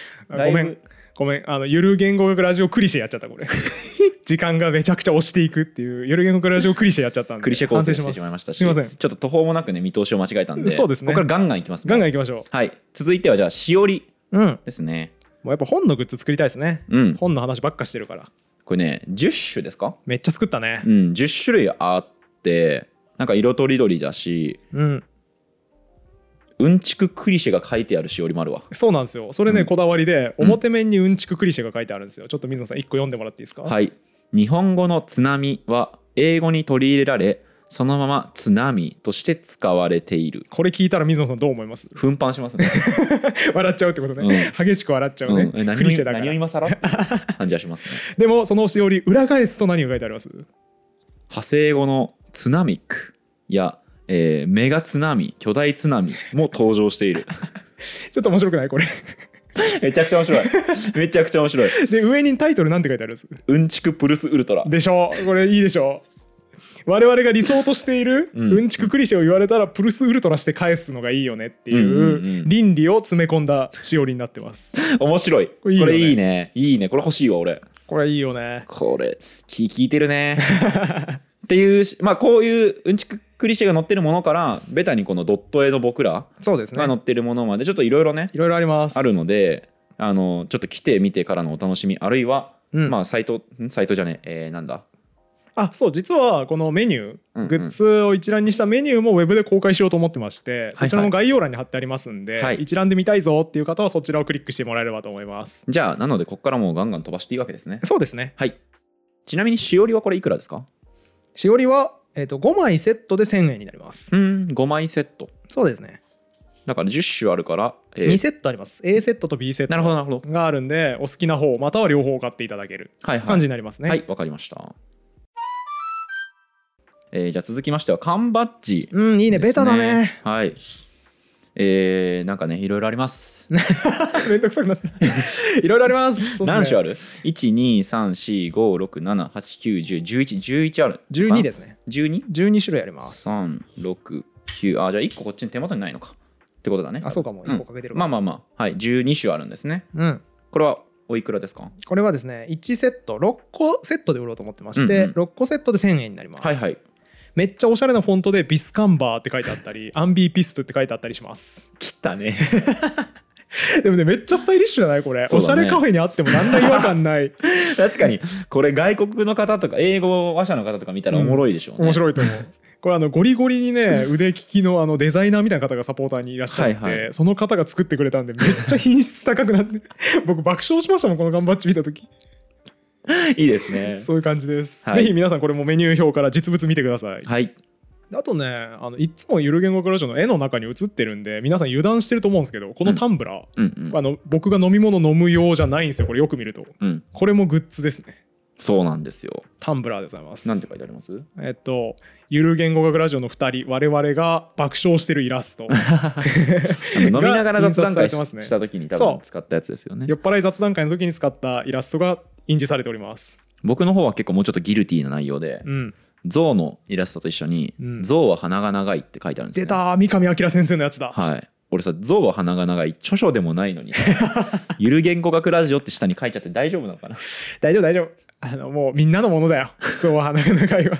[LAUGHS] あ
だい
ご
ぶ
めん。ごめん。あの、ゆる言語学ラジオクリシェやっちゃった、これ。 [LAUGHS] 時間がめちゃくちゃ押していくっていう、ゆる言語学ラジオクリシェやっちゃったんで。
クリシェ構成
反省
してしまいましたし、
すいません。
ちょっと途方もなくね、見通しを間違えたんで、
そうですね
ここからガンガンいきますね
ガンガンいきましょ
はい。続いてはじゃあ、しおり
う。うん。も
ですね。
うやっぱ本のグッズ作りたいですね。
うん。
本の話ばっかしてるから。
これね、10種ですか
めっちゃ作ったね
う。ん、10種類あって、なんか色とりどりだし、
うん。
うんちくクリシェが書いてあるしおりもあるわ。
そうなんですよ。それね、
うん
こだわりで、
うん
表面にうんちくクリシェが書いてあるんですよ。ちょっと水野さん、一個読んでもらっていいですか。
はい。日本語の津波は英語に取り入れられ、そのまま津波として使われている。
これ聞いたら水野さん、どう思います
奮発します [LAUGHS] ね。
[LAUGHS] 笑っちゃうってことね。激しく笑っちゃう
う
ね。
ん、え何
ク
を
リシェだか
何を
ら。
今更って感じはしますね。
でも、そのしおり、裏返すと何が書いてあります
派生語の津波区や、えーメガ津波、巨大津波も登場している。
ちょっと面白くないこれ。
[LAUGHS]
[LAUGHS]
めちゃくちゃ面白い。 [LAUGHS] めちゃくちゃ面白い。
で、上にタイトルなんて書いてあるんです
うんちくプルスウルトラ。
でしょう。これ、いいでしょう。我々が理想としている
うん
うんちくクリシェを言われたらプルスウルトラして返すのがいいよねって
うんうん
いううん倫理を詰め込んだしおりになってます。
面白い。こ
[LAUGHS] れいいよね
れいいね。いいね。これ欲しいわ、俺。
これいいよね。
これ、き聞いてる
[LAUGHS]
ね。っていうし、まあ、こういううんちくクリシェが載ってるものから、ベタにこのドット絵の僕ら
そうです
が載ってるものまで、ちょっといろいろね、
いろいろあります。
あるので、あの、ちょっと来てみてからのお楽しみ、あるいは、
うん
まあ、サイト、んサイトじゃねえ、えーなんだ。
あそう実はこのメニュー、
うんうん
グッズを一覧にしたメニューもウェブで公開しようと思ってまして、そちらの概要欄に貼ってありますんで、
はい
一覧で見たいぞっていう方はそちらをクリックしてもらえればと思います
じゃあ、なので、ここからもうガンガン飛ばしていいわけですね。
そうですね
はい。ちなみに、しおりはこれいくらですか
しおりは、えー、と5枚セットで1000円になります
うん、5枚セット。
そうですね、
だから10種あるから、えー
2セットあります A セットと B セッ
なるほ
ト
ど、なるほど。
があるんでお好きな方または両方買っていただける
はいはい
感。じになりますね、
はい、わかりました。えーじゃあ続きましては、缶バッジ、
うんいいねベタだ
です
ね。
はい。えー、なんかね、いろいろあります。
めんどくさくな [LAUGHS] ったいろいろありますそうですね
何種ある ?1、2、3、4、5、6、7、8、9、10、11、11ある。
12ですね
12?3、
12種類あります
6、9。あ、じゃあ1個こっちに手元にないのか。ってことだね。
あそうかも
うん
1個かけてるか
ま
ら
あまあまあ、はい、12種あるんですね。
うん
これはおいくらですか
これはですね1セット6個セットで売ろうと思ってまして、
うんうん
6個セットで1000円になります、
はいはい。 [LAUGHS]
めっちゃおしゃれなフォントでビスカンバーって書いてあっ
[LAUGHS]
たりアンビーピストって書いてあったりします
切ったね。
でもねめっちゃスタイリッシュじゃないこれ、
そう
お
だ
し
ね
ゃれカフェにあっても何ら違和感
[LAUGHS]
ない
確かに、これ外国の方とか、英語話者の方とか見たらおもろいでしょうね。
面白いと思うこれあのゴリゴリにね腕利きのあのデザイナーみたいな方がサポーターにいらっしゃって、
はいは
その方が作ってくれたんでめっちゃ品質高くなって
[LAUGHS]
僕爆笑しましたもんこの缶バッジ見た時
いいですね。
そういう感じです、
はい
ぜひ皆さんこれもメニュー表から実物見てください
はい。
あとねあのいつもゆる言語学ラジオの絵の中に映ってるんで皆さん油断してると思うんですけどこのタンブラー、
うんうん。
あの僕が飲み物飲む用じゃないんですよこれよく見ると
うん、
これもグッズですね
そうなんですよ。
タンブラーでございます
なんて書いてあります
えっとゆる言語学ラジオの2人我々が爆笑してるイ
[LAUGHS]
ラスト
あの飲みながら雑談会
印刷されて
し,、
ますね
た時に多
そ
分
う
使ったやつですよね。
酔っ払い雑談会の時に使ったイラストが印字されております
僕の方は結構もうちょっとギルティーな内容で、
うん
象のイラストと一緒に、
うん
象は鼻が長いって書いてあるんです、ね。
出た三上明先生のやつだ
はい。俺さ、象は鼻が長い、著書でもないの
[LAUGHS]
に、ゆる言語学ラジオって下に書いちゃって大丈夫なのかな [LAUGHS]
大丈夫大丈夫あのもうみんなのものだよそう鼻が長いわ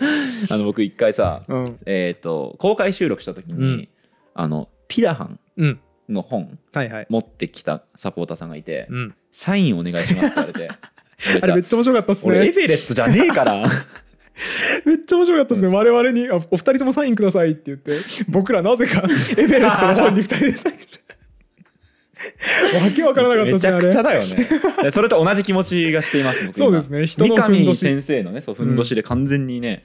あの僕一回さ、
うん
えっ、と公開収録した時に、
うん
あのピダハン
うん
の本
はいはい
持ってきたサポーターさんがいて、
うん
サインお願いしますって言われて
[LAUGHS] あれめ
俺
っ
さ
ちゃ面白かったっす
俺エ
ね
ベレットじゃねえから
[LAUGHS] めっちゃ面白かったっすね我々にあ「お二人ともサインください」って
[LAUGHS]
言って僕らなぜかエベレットの方に二人でサインしたわけわからなかったっ
め
す
ち
ね
ゃ
あ
くちゃ
れ
だよねでそれと同じ気持ちがしています僕今
そうですね人の
三
ふんど
上
し
先生のねそうふんどしで完全にね、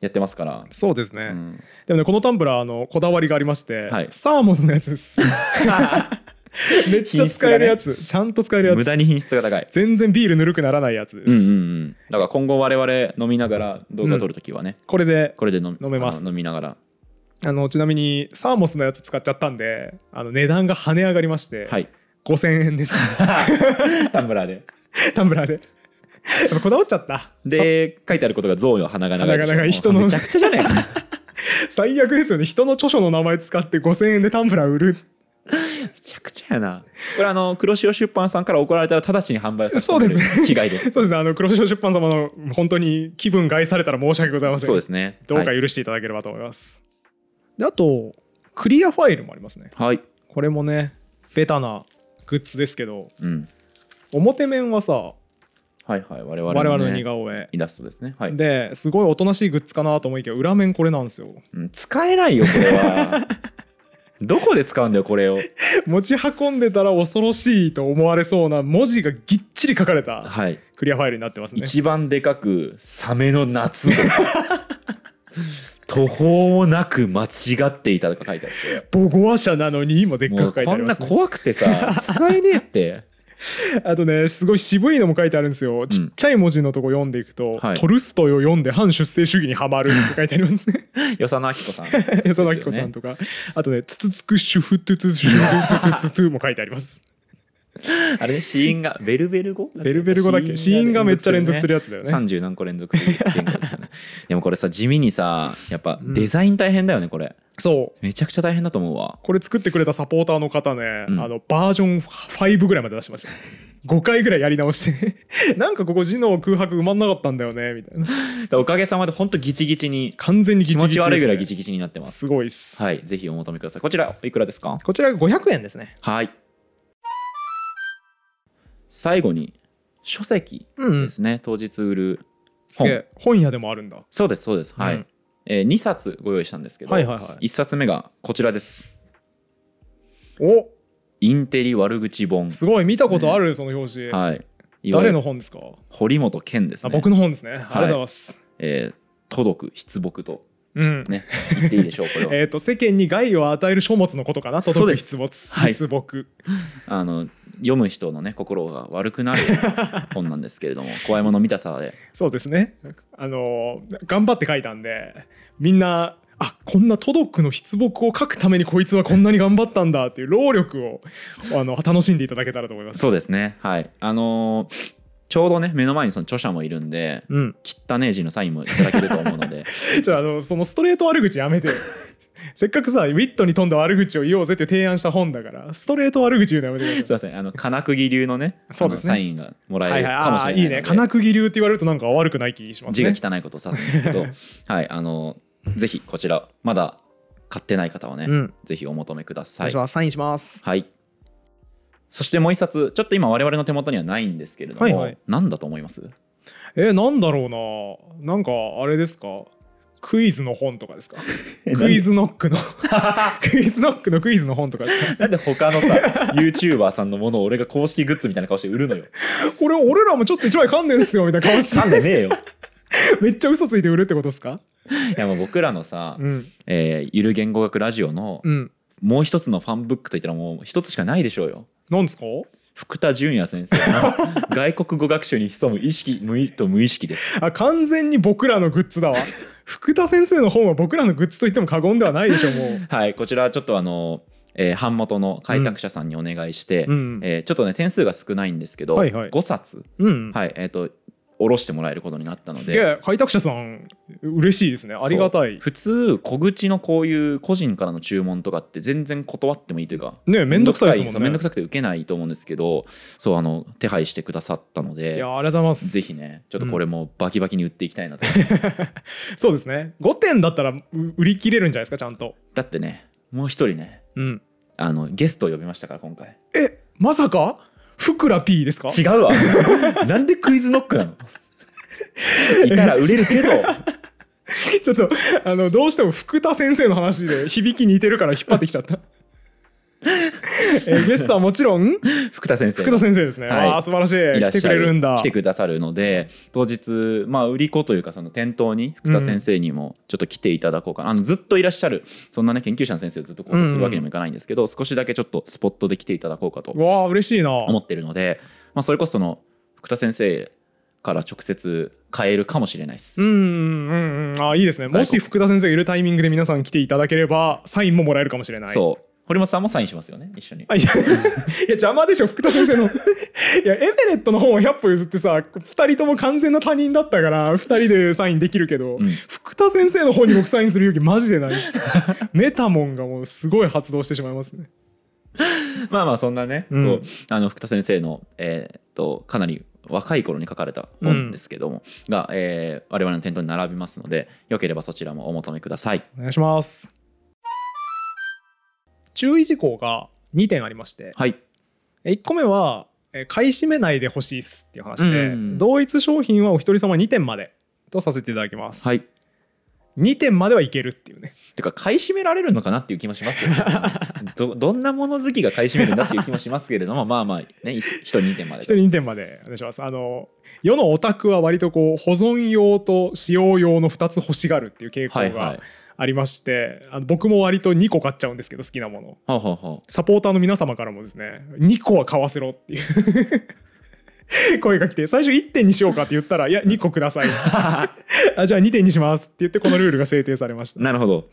やってますから、
そうですね、 [LAUGHS]
うん
でもねこのタンブラーあのこだわりがありまして、
はい
サーモスのやつです
[LAUGHS]
めっちゃ使えるやつ、ちゃんと使えるやつ
無駄に品質が高い
全然ビールぬるくならないやつです、
うんうんうんだから今後我々飲みながら動画撮るときはね、
これで
これで飲
飲めます
あの飲みながら
あのちなみにサーモスのやつ使っちゃったんであの値段が跳ね上がりまして、 [LAUGHS]
はい
5000円です
[LAUGHS] タンブラーで
タンブラーでやっぱこだわっちゃった
で書いてあることが象の鼻が長いでしょ
鼻が長い人
も
の
うめちゃくちゃじゃねえか
さ最悪ですよね人の著書の名前使って5000円でタンブラー売る
めちゃくちゃやなこれあの黒潮出版さんから怒られたら直ちに販売させてもら
そうですね
被害
[LAUGHS]
です
そうですねあの黒潮出版様の本当に気分害されたら申し訳ございません
そうですね
どう
は
か
い、
許していただければと思います、であとクリアファイルもありますね
はい
これもねベタなグッズですけど
うん、
表面はさ
はいはい我々
我
の,、
々
ね、
の似顔絵
イラストですねはい、
ですごいおとなしいグッズかなと思いきや裏面これなんですよ
うん、使えないよこれ
[LAUGHS]
はどこで使うんだよこれを
持ち運んでたら恐ろしいと思われそうな文字がぎっちり書かれた
はい
クリアファイルになってますね
一番でかく「サメの夏」とか「途方もなく間違っていた」とか書いてあって
母語話者なのにもでっ
も
か
う
く書いてあ
こ
り
んな
ます、ね、
怖くてさ使えねえって [LAUGHS]
あとねすごい渋いのも書いてあるんですよ、ちっちゃい文字のとこ読んでいくと「
はい
トルストイを読んで反出世主義にはまる」って書いてありますね
与謝野明子さん
与謝野明子さんとか、あとね「つつつくしゅふつつしゅつつつつ」も書いてあります
あれね死因がベルベル語
ベルベル語だっけ死因がめっちゃ連続するやつだよね
三十何個連続する言語です
[LAUGHS]
よねでもこれさ地味にさやっぱデザイン大変だよねこれ
そう
めちゃくちゃ大変だと思うわ
これ作ってくれたサポーターの方ね、
うん
あのバージョン5ぐらいまで出しました5回ぐらいやり直してなんかここ字の空白埋まんなかったんだよねみたいな
だからおかげさまでほんとギチギチに
完全に
気
ギチギ
持
チ
ち悪いぐらいギ
チ
チギチになってます
すごいっす、
はいぜひお求めくださいこちらいくらですか
こちらが500円ですね
はい。最後に書籍
うん
ですね、当日売る
本
本。
本屋でもあるんだ
そうですそうです。はい。
うん
えー、2冊ご用意したんですけど、
はいはいはい
1冊目がこちらです。
お
インテリ悪口本。
すごい見たことあるその表紙、
はい。いわゆ
誰
る
の本ですか
堀本健です
あ
ね。
僕の本ですね、ありがとうございます
えー、届く筆木と
うん
ね言っていいでしょうこれは。
[LAUGHS] えー、と世間に害を与える書物のことかなと
そう
く
で
筆没
はい
筆木
あの読む人のね心が悪くなる本なんですけれ
[LAUGHS]
ども、怖いもの見たさで。
そうですねあのー頑張って書いたんでみんなあこんなトドックの筆木を書くためにこいつはこんなに頑張ったんだっていう労力をあの楽しんでいただけたらと思います
そうですね。はい。あのーちょうどね目の前にその著者もいるんで、
うん
汚ねえ字のサインもいただけると思うので
[LAUGHS] ちょっとあのそのストレート悪口や [LAUGHS] めてせっかくさウィットに富んだ悪口を言おうぜって提案した本だからストレート悪口言うのやめてくだ
すい
さい
ませんあの金釘流のね
そうです
あの
ね
サインがもら
は
え
い
る
はい
かもし
あ
れ
ー
ない
いい
ので、
ね金釘流って言われるとなんか悪くない気します
字
ね
が汚いことを指すんですけど
[LAUGHS]
はいあのぜひこちらまだ買ってない方はね、
うん
ぜひお求めくだ
お
さい
願いしますサインします
はいそしてもう一冊ちょっと今我々の手元にはないんですけれども、
はいはい
何だと思います
えー、なんだろうななんかあれですかクイズの本とかですかクイズノック [LAUGHS] のクイズノックのクイズの本とかですか
なんで他のさ [LAUGHS] YouTuber さんのものを俺が公式グッズみたいな顔して売るのよ
[LAUGHS] これ俺らもちょっと一枚噛んでんすよみたいな顔し
なん
て
でねえよ
[LAUGHS] めっちゃ嘘ついて売るってことですか
いやもう僕らのさ、
うん
えーゆる言語学ラジオの
うん
もう一つのファンブックといったらもう一つしかないでしょうよ
なんですか
福田純也先生
[LAUGHS]
の外国語学習に潜む意識無意と無意識です
あ完全に僕らのグッズ
[LAUGHS]
だわ福田先生の本は僕らのグッズと言っても過言ではないでしょ
[LAUGHS]
もう
はいこちらちょっとあの、えー版元の開拓者さんにお願いして、
うんうん
えーちょっとね点数が少ないんですけど、
はいはい
5冊、
うん
はいえー、と下ろしてもらえることになったの
す
で
げえ開拓者さん嬉しいですねありがたい
普通小口のこういう個人からの注文とかって全然断ってもいいというか
ねめんどくさいですもんね
そうめんどくさくて受けないと思うんですけどそうあの手配してくださったの
い
で
やありがとうございます
ぜひねちょっとこれもバキバキに売っていきた
[LAUGHS]
いなと、
そうですね5点だったらう売り切れるんじゃないですかちゃんと
だってねもう一人ね
うん
あのゲストを呼びましたから今回
えまさかふくら P ですか
違うわ [LAUGHS] なんでクイズノックなのいたら売れるけど
[LAUGHS] ちょっとあのどうしても福田先生の話で響き似てるから引っ張ってきち
[LAUGHS]
ゃった。えーゲストはもちろん
福田先生
福田先生ですね。
はい
ああ素晴らしい
いらっ
来
しゃ
てくれるんだ。
来てくださるので当日まあ売り子というかその店頭に福田先生にもちょっと来ていただこうかな、あのずっといらっしゃるそんなね研究者の先生をずっと講座するわけにもいかないんですけど、少しだけちょっとスポットで来ていただこうかと
わあ嬉しいな。
思ってるので、まあ、それこそその福田先生から直接買えるかもしれないです、
うんうんうんあいいですね。もし福田先生がいるタイミングで皆さん来ていただければサインももらえるかもしれない。
そう堀本さんもサインしますよね一緒に
あいや [LAUGHS] いや邪魔でしょ福田先生のいやエベレットの本を100歩譲ってさ2人とも完全な他人だったから2人でサインできるけど、
うん
福田先生の本に僕サインする勇気マジでないです [LAUGHS] メタモンがもうすごい発動してしまいますね
まあまあそんなね、
うん
こうあの福田先生の、えーっとかなり若い頃に書かれた本ですけども、が、えー我々の店頭に並びますのでよければそちらもお求めください。
お願いします注意事項が2点ありまして
はい、
1個目はえー買い占めないでほしいっすっていう話で、
うん
同一商品はお一人様2点までとさせていただきます、
はい、
2点まではいけるっていうね
てか買い占められるのかなっていう気もしますけど
[LAUGHS]
どどんな物好きが買い占めるんだっていう気もしますけれども [LAUGHS] まあまあね一人2点まで
一人2点までお願いしますあの世のオタクは割とこう保存用と使用用の2つ欲しがるっていう傾
はい
向
はい
がありまして、あの僕も割と2個買っちゃうんですけど好きなもの
ほうほうほ
サポーターの皆様からもですね2個は買わせろっていう [LAUGHS] 声が来て最初1点にしようかって言ったら「いや2個くだ
[LAUGHS]
さい」あ「じゃあ2点にします」って言ってこのルールが制定されました
うなるほど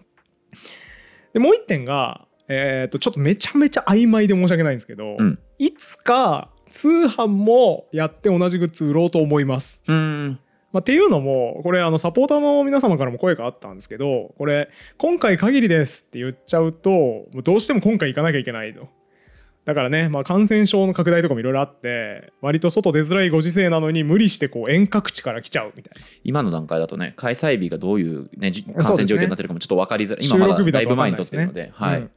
でもう1点が、えー、とちょっとめちゃめちゃ曖昧で申し訳ないんですけど、
うん
いつか通販もやって同じグッズ売ろうと思います。
うん
まあ、っていうのもこれあのサポーターの皆様からも声があったんですけどこれ「今回限りです」って言っちゃうともうどうしても今回行かなきゃいけないと。だからね、まあ、感染症の拡大とかもいろいろあって割と外出づらいご時世なのに無理してこう遠隔地から来ちゃうみたいな
今の段階だとね開催日がどういう、ね、じ感
そう
染
ですね
状況になってるかもちょっと分かりづらい
収
今ま
録
だ
日
だ
だ
い
と
ぶ
分か
前
ん
に撮
ないで
っ
す
てる
ね。
ので、はい
うん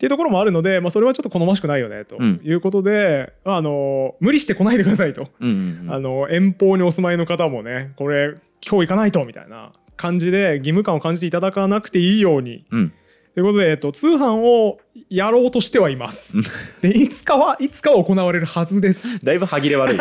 っていうところもあるので、まあ、それはちょっと好ましくないよねと
うん
いうことで、あの無理して来ないでくださいと
うんうんうん
あの遠方にお住まいの方もねこれ今日行かないとみたいな感じで義務感を感じていただかなくていいように
うん
ということで、えっと、通販をやろうとしてはいます
うん
でいつかはいつかは行われるは
[LAUGHS]
ずです
だいぶ歯切れ悪い。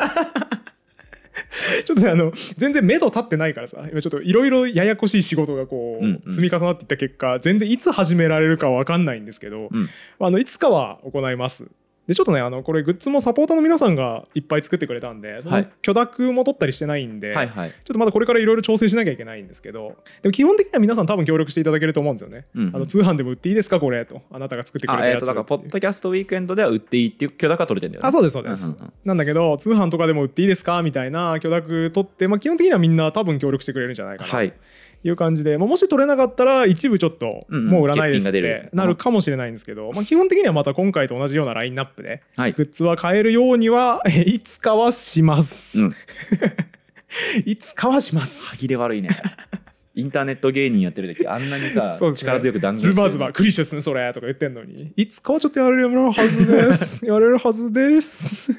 ちょっとねあの全然目処立ってないからさ今ちょっといろいろややこしい仕事がこう、
うんうん
積み重なっていった結果全然いつ始められるかわかんないんですけど、
うん
あのいつかは行いますでちょっとねあのこれグッズもサポーターの皆さんがいっぱい作ってくれたんでそ
は
の
い
許諾も取ったりしてないんで、
はいはい。
ちょっとまだこれからいろいろ調整しなきゃいけないんですけど、でも基本的には皆さん多分協力していただけると思うんですよね。
うんうん
あの通販でも売っていいですかこれと、あなたが作ってくれ
あ
た
えっ、
やつ
とだからポッドキャストウィークエンドでは売っていいっていう許諾は取れてんだよね。
あそうですそうです、
うんうんうん
なんだけど通販とかでも売っていいですかみたいな許諾取って、まあ、基本的にはみんな多分協力してくれるんじゃないかな
はい。
という感じで、まあもし取れなかったら一部ちょっと
うんうん
もう売らないですっ
欠品が出
て
る
なるかもしれないんですけど、まあ、基本的にはまた今回と同じようなラインナップで
はい
グ。ッズは買えるようにはいつかはします、
うん
[LAUGHS] いつかはします
歯切れ悪い
[LAUGHS]
ね。インターネット芸人やってる時あんなにさ、
そうですね
力強く断言して
ズ
る
バズバクリシュですねそれとか言ってんのにいつかはちょっとやれるはずで
[LAUGHS]
すやれるはずです [LAUGHS]
ち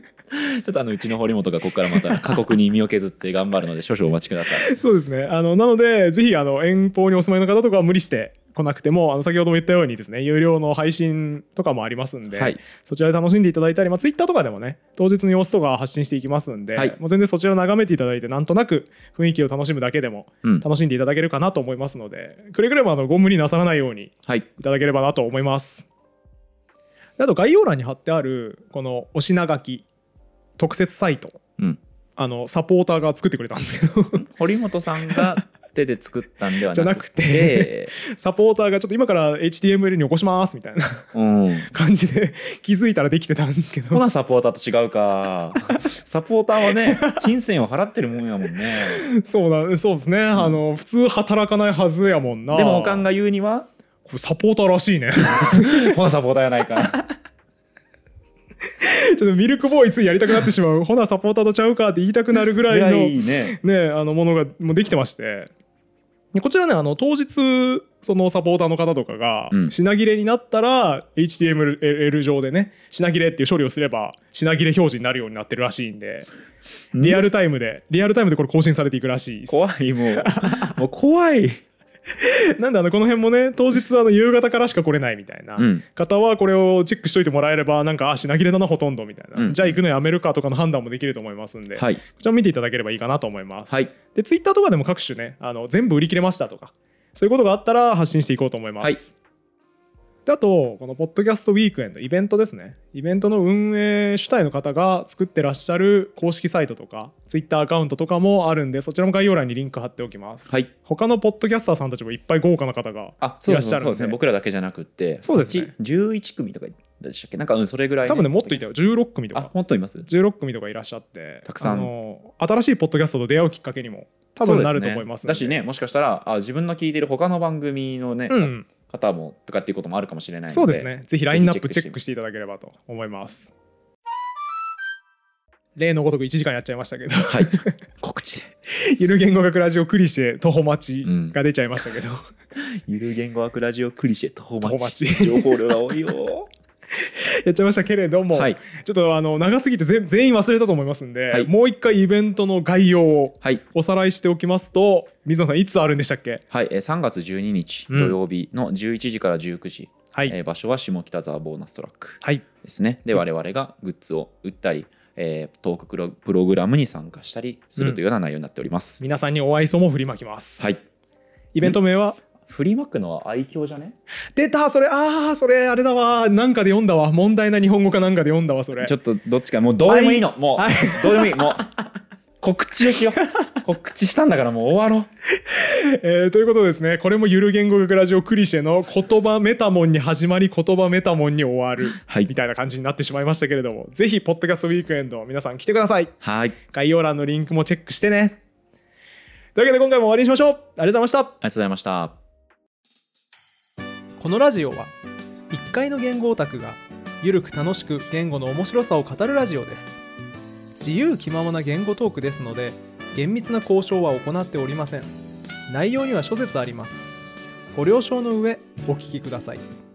ょっとあのうちの堀本がここからまた過酷に身を削って頑張るので少々お待ちくださ
[LAUGHS]
い。
そうですねあのなのでぜひあの遠方にお住まいの方とかは無理して来なくてもあの先ほども言ったようにですね有料の配信とかもありますんで、
はい
そちらで楽しんでいただいたり、まあ、Twitter とかでもね当日の様子とか発信していきますんで、
はい
もう全然そちらを眺めていただいてなんとなく雰囲気を楽しむだけでも
うん。
楽しんでいただけるかなと思いますのでくれぐれもあのご無理なさらないように
はい。
いただければなと思いますあと概要欄に貼ってあるこのお品書き特設サイト、
うん
あのサポーターが作ってくれたんですけど [LAUGHS]
堀本さんが手で作ったんでは
じゃな
な
く
く
て
て、
サポーターがちょっと今から HTML に起こしますみたいな
[LAUGHS] うん、
感じで気づいたらできてたんですけ
ほ
ど
なサポーターと違うかサポーターはね金銭を払ってるもんやもん
[LAUGHS]
ね
そうだそうですね、あの普通働かないはずやもんな
でもおかんが言うには
これサポーターらしいね [LAUGHS]
ほなサポーターやないか
ちょっとミルクボーイついやりたくなってしまう [LAUGHS] ほなサポーターとちゃうかって言いたくなるぐら
ぐら
い
い
の
ね
ねあのものがもうできてましてでこちらねあの当日そのサポーターの方とかが
うん
品切れになったら HTML 上でね品切れっていう処理をすれば品切れ表示になるようになってるらしいんでリアルタイムでリアルタイムでこれ更新されていくらしいです
怖いも
[LAUGHS]
うもう怖い、
なんであのこの辺もね当日あの夕方からしか来れないみたいな
うん
方はこれをチェックしといてもらえればなんかあ品切れだなほとんどみたいな、
うん
じゃあ行くのやめるかとかの判断もできると思いますんで、
はい、
こちらも見ていただければいいかなと思います。
はい
でツイッターとかでも各種ねあの全部売り切れましたとかそういうことがあったら発信していこうと思います。
はい
であとこのポッドキャストウィークエンドイベントですねイベントの運営主体の方が作ってらっしゃる公式サイトとかツイッターアカウントとかもあるんでそちらも概要欄にリンク貼っておきます、
はい、
他のポッドキャスターさんたちもいっぱい豪華な方が
あ
い
そう
らっ
そう
し
そ
ゃ
う
るん
です
で
ね僕らだけじゃなくって
そうですね
ち11組とかでしたっけなんか、うん、それぐらい、
多分ねもっといたよ16組と
あ
か
もっといます
16組とかいらっしゃって
たくさん
あの新しいポッドキャストと出会うきっかけにも多分なると思います
そ
ん
う
で
ですねだしねもしかしたらあ自分の聞いてる他の番組のね、
うん
方もとかっていうこともあるかもしれないので
そうですねぜひラインナップチェック
し
していただければと思います例のごとく1時間やっちゃいましたけど [LAUGHS]
はい告知で
ゆる言語学ラジオクリシェ徒歩待ち
うん
が出ちゃいましたけど、 [LAUGHS]
ゆる言語学ラジオクリシェ徒歩
徒歩
町
町
情報量が多い
[LAUGHS]
よ
やっちゃいましたけれども、
はい
ちょっとあの長すぎて全全員忘れたと思いますんで、
はい
もう一回イベントの概要を
はい
おさらいしておきますと水野さんいつあるんでしたっけ
はい、えー3月12日
うん
土曜日の11時から19時、
はい、
えー場所は下北沢ボーナストラック
はい
ですねで我々がグッズを売ったり、えートークプロプログラムに参加したりするというような内容になっております、
皆さんにお愛想も振りまきます、
はい
イベント名は、
フリーマックのは愛嬌じゃね
出たそれああそれあれだわなんかで読んだわ問題な日本語かなんかで読んだわそれ
ちょっとどっちかもうどうでもいいのも
はいう
どうでもいいもう告知をしよ [LAUGHS] う告知したんだからもう終わろう
えーということでですねこれもゆる言語学ラジオクリシェの言葉メタモンに始まり言葉メタモンに終わる、
はい
みたいな感じになってしまいましたけれどもぜひポッドキャストウィークエンド皆さん来てください
はいありがとう
概要欄のリンクもチェックしてねというわけで今回も終わりにしましょうありがとうございまし
ございました
たこのラジオは1階の言語オタクがゆるく楽しく言語の面白さを語るラジオです自由気ままな言語トークですので厳密な交渉は行っておりません内容には諸説ありますご了承の上お聞きください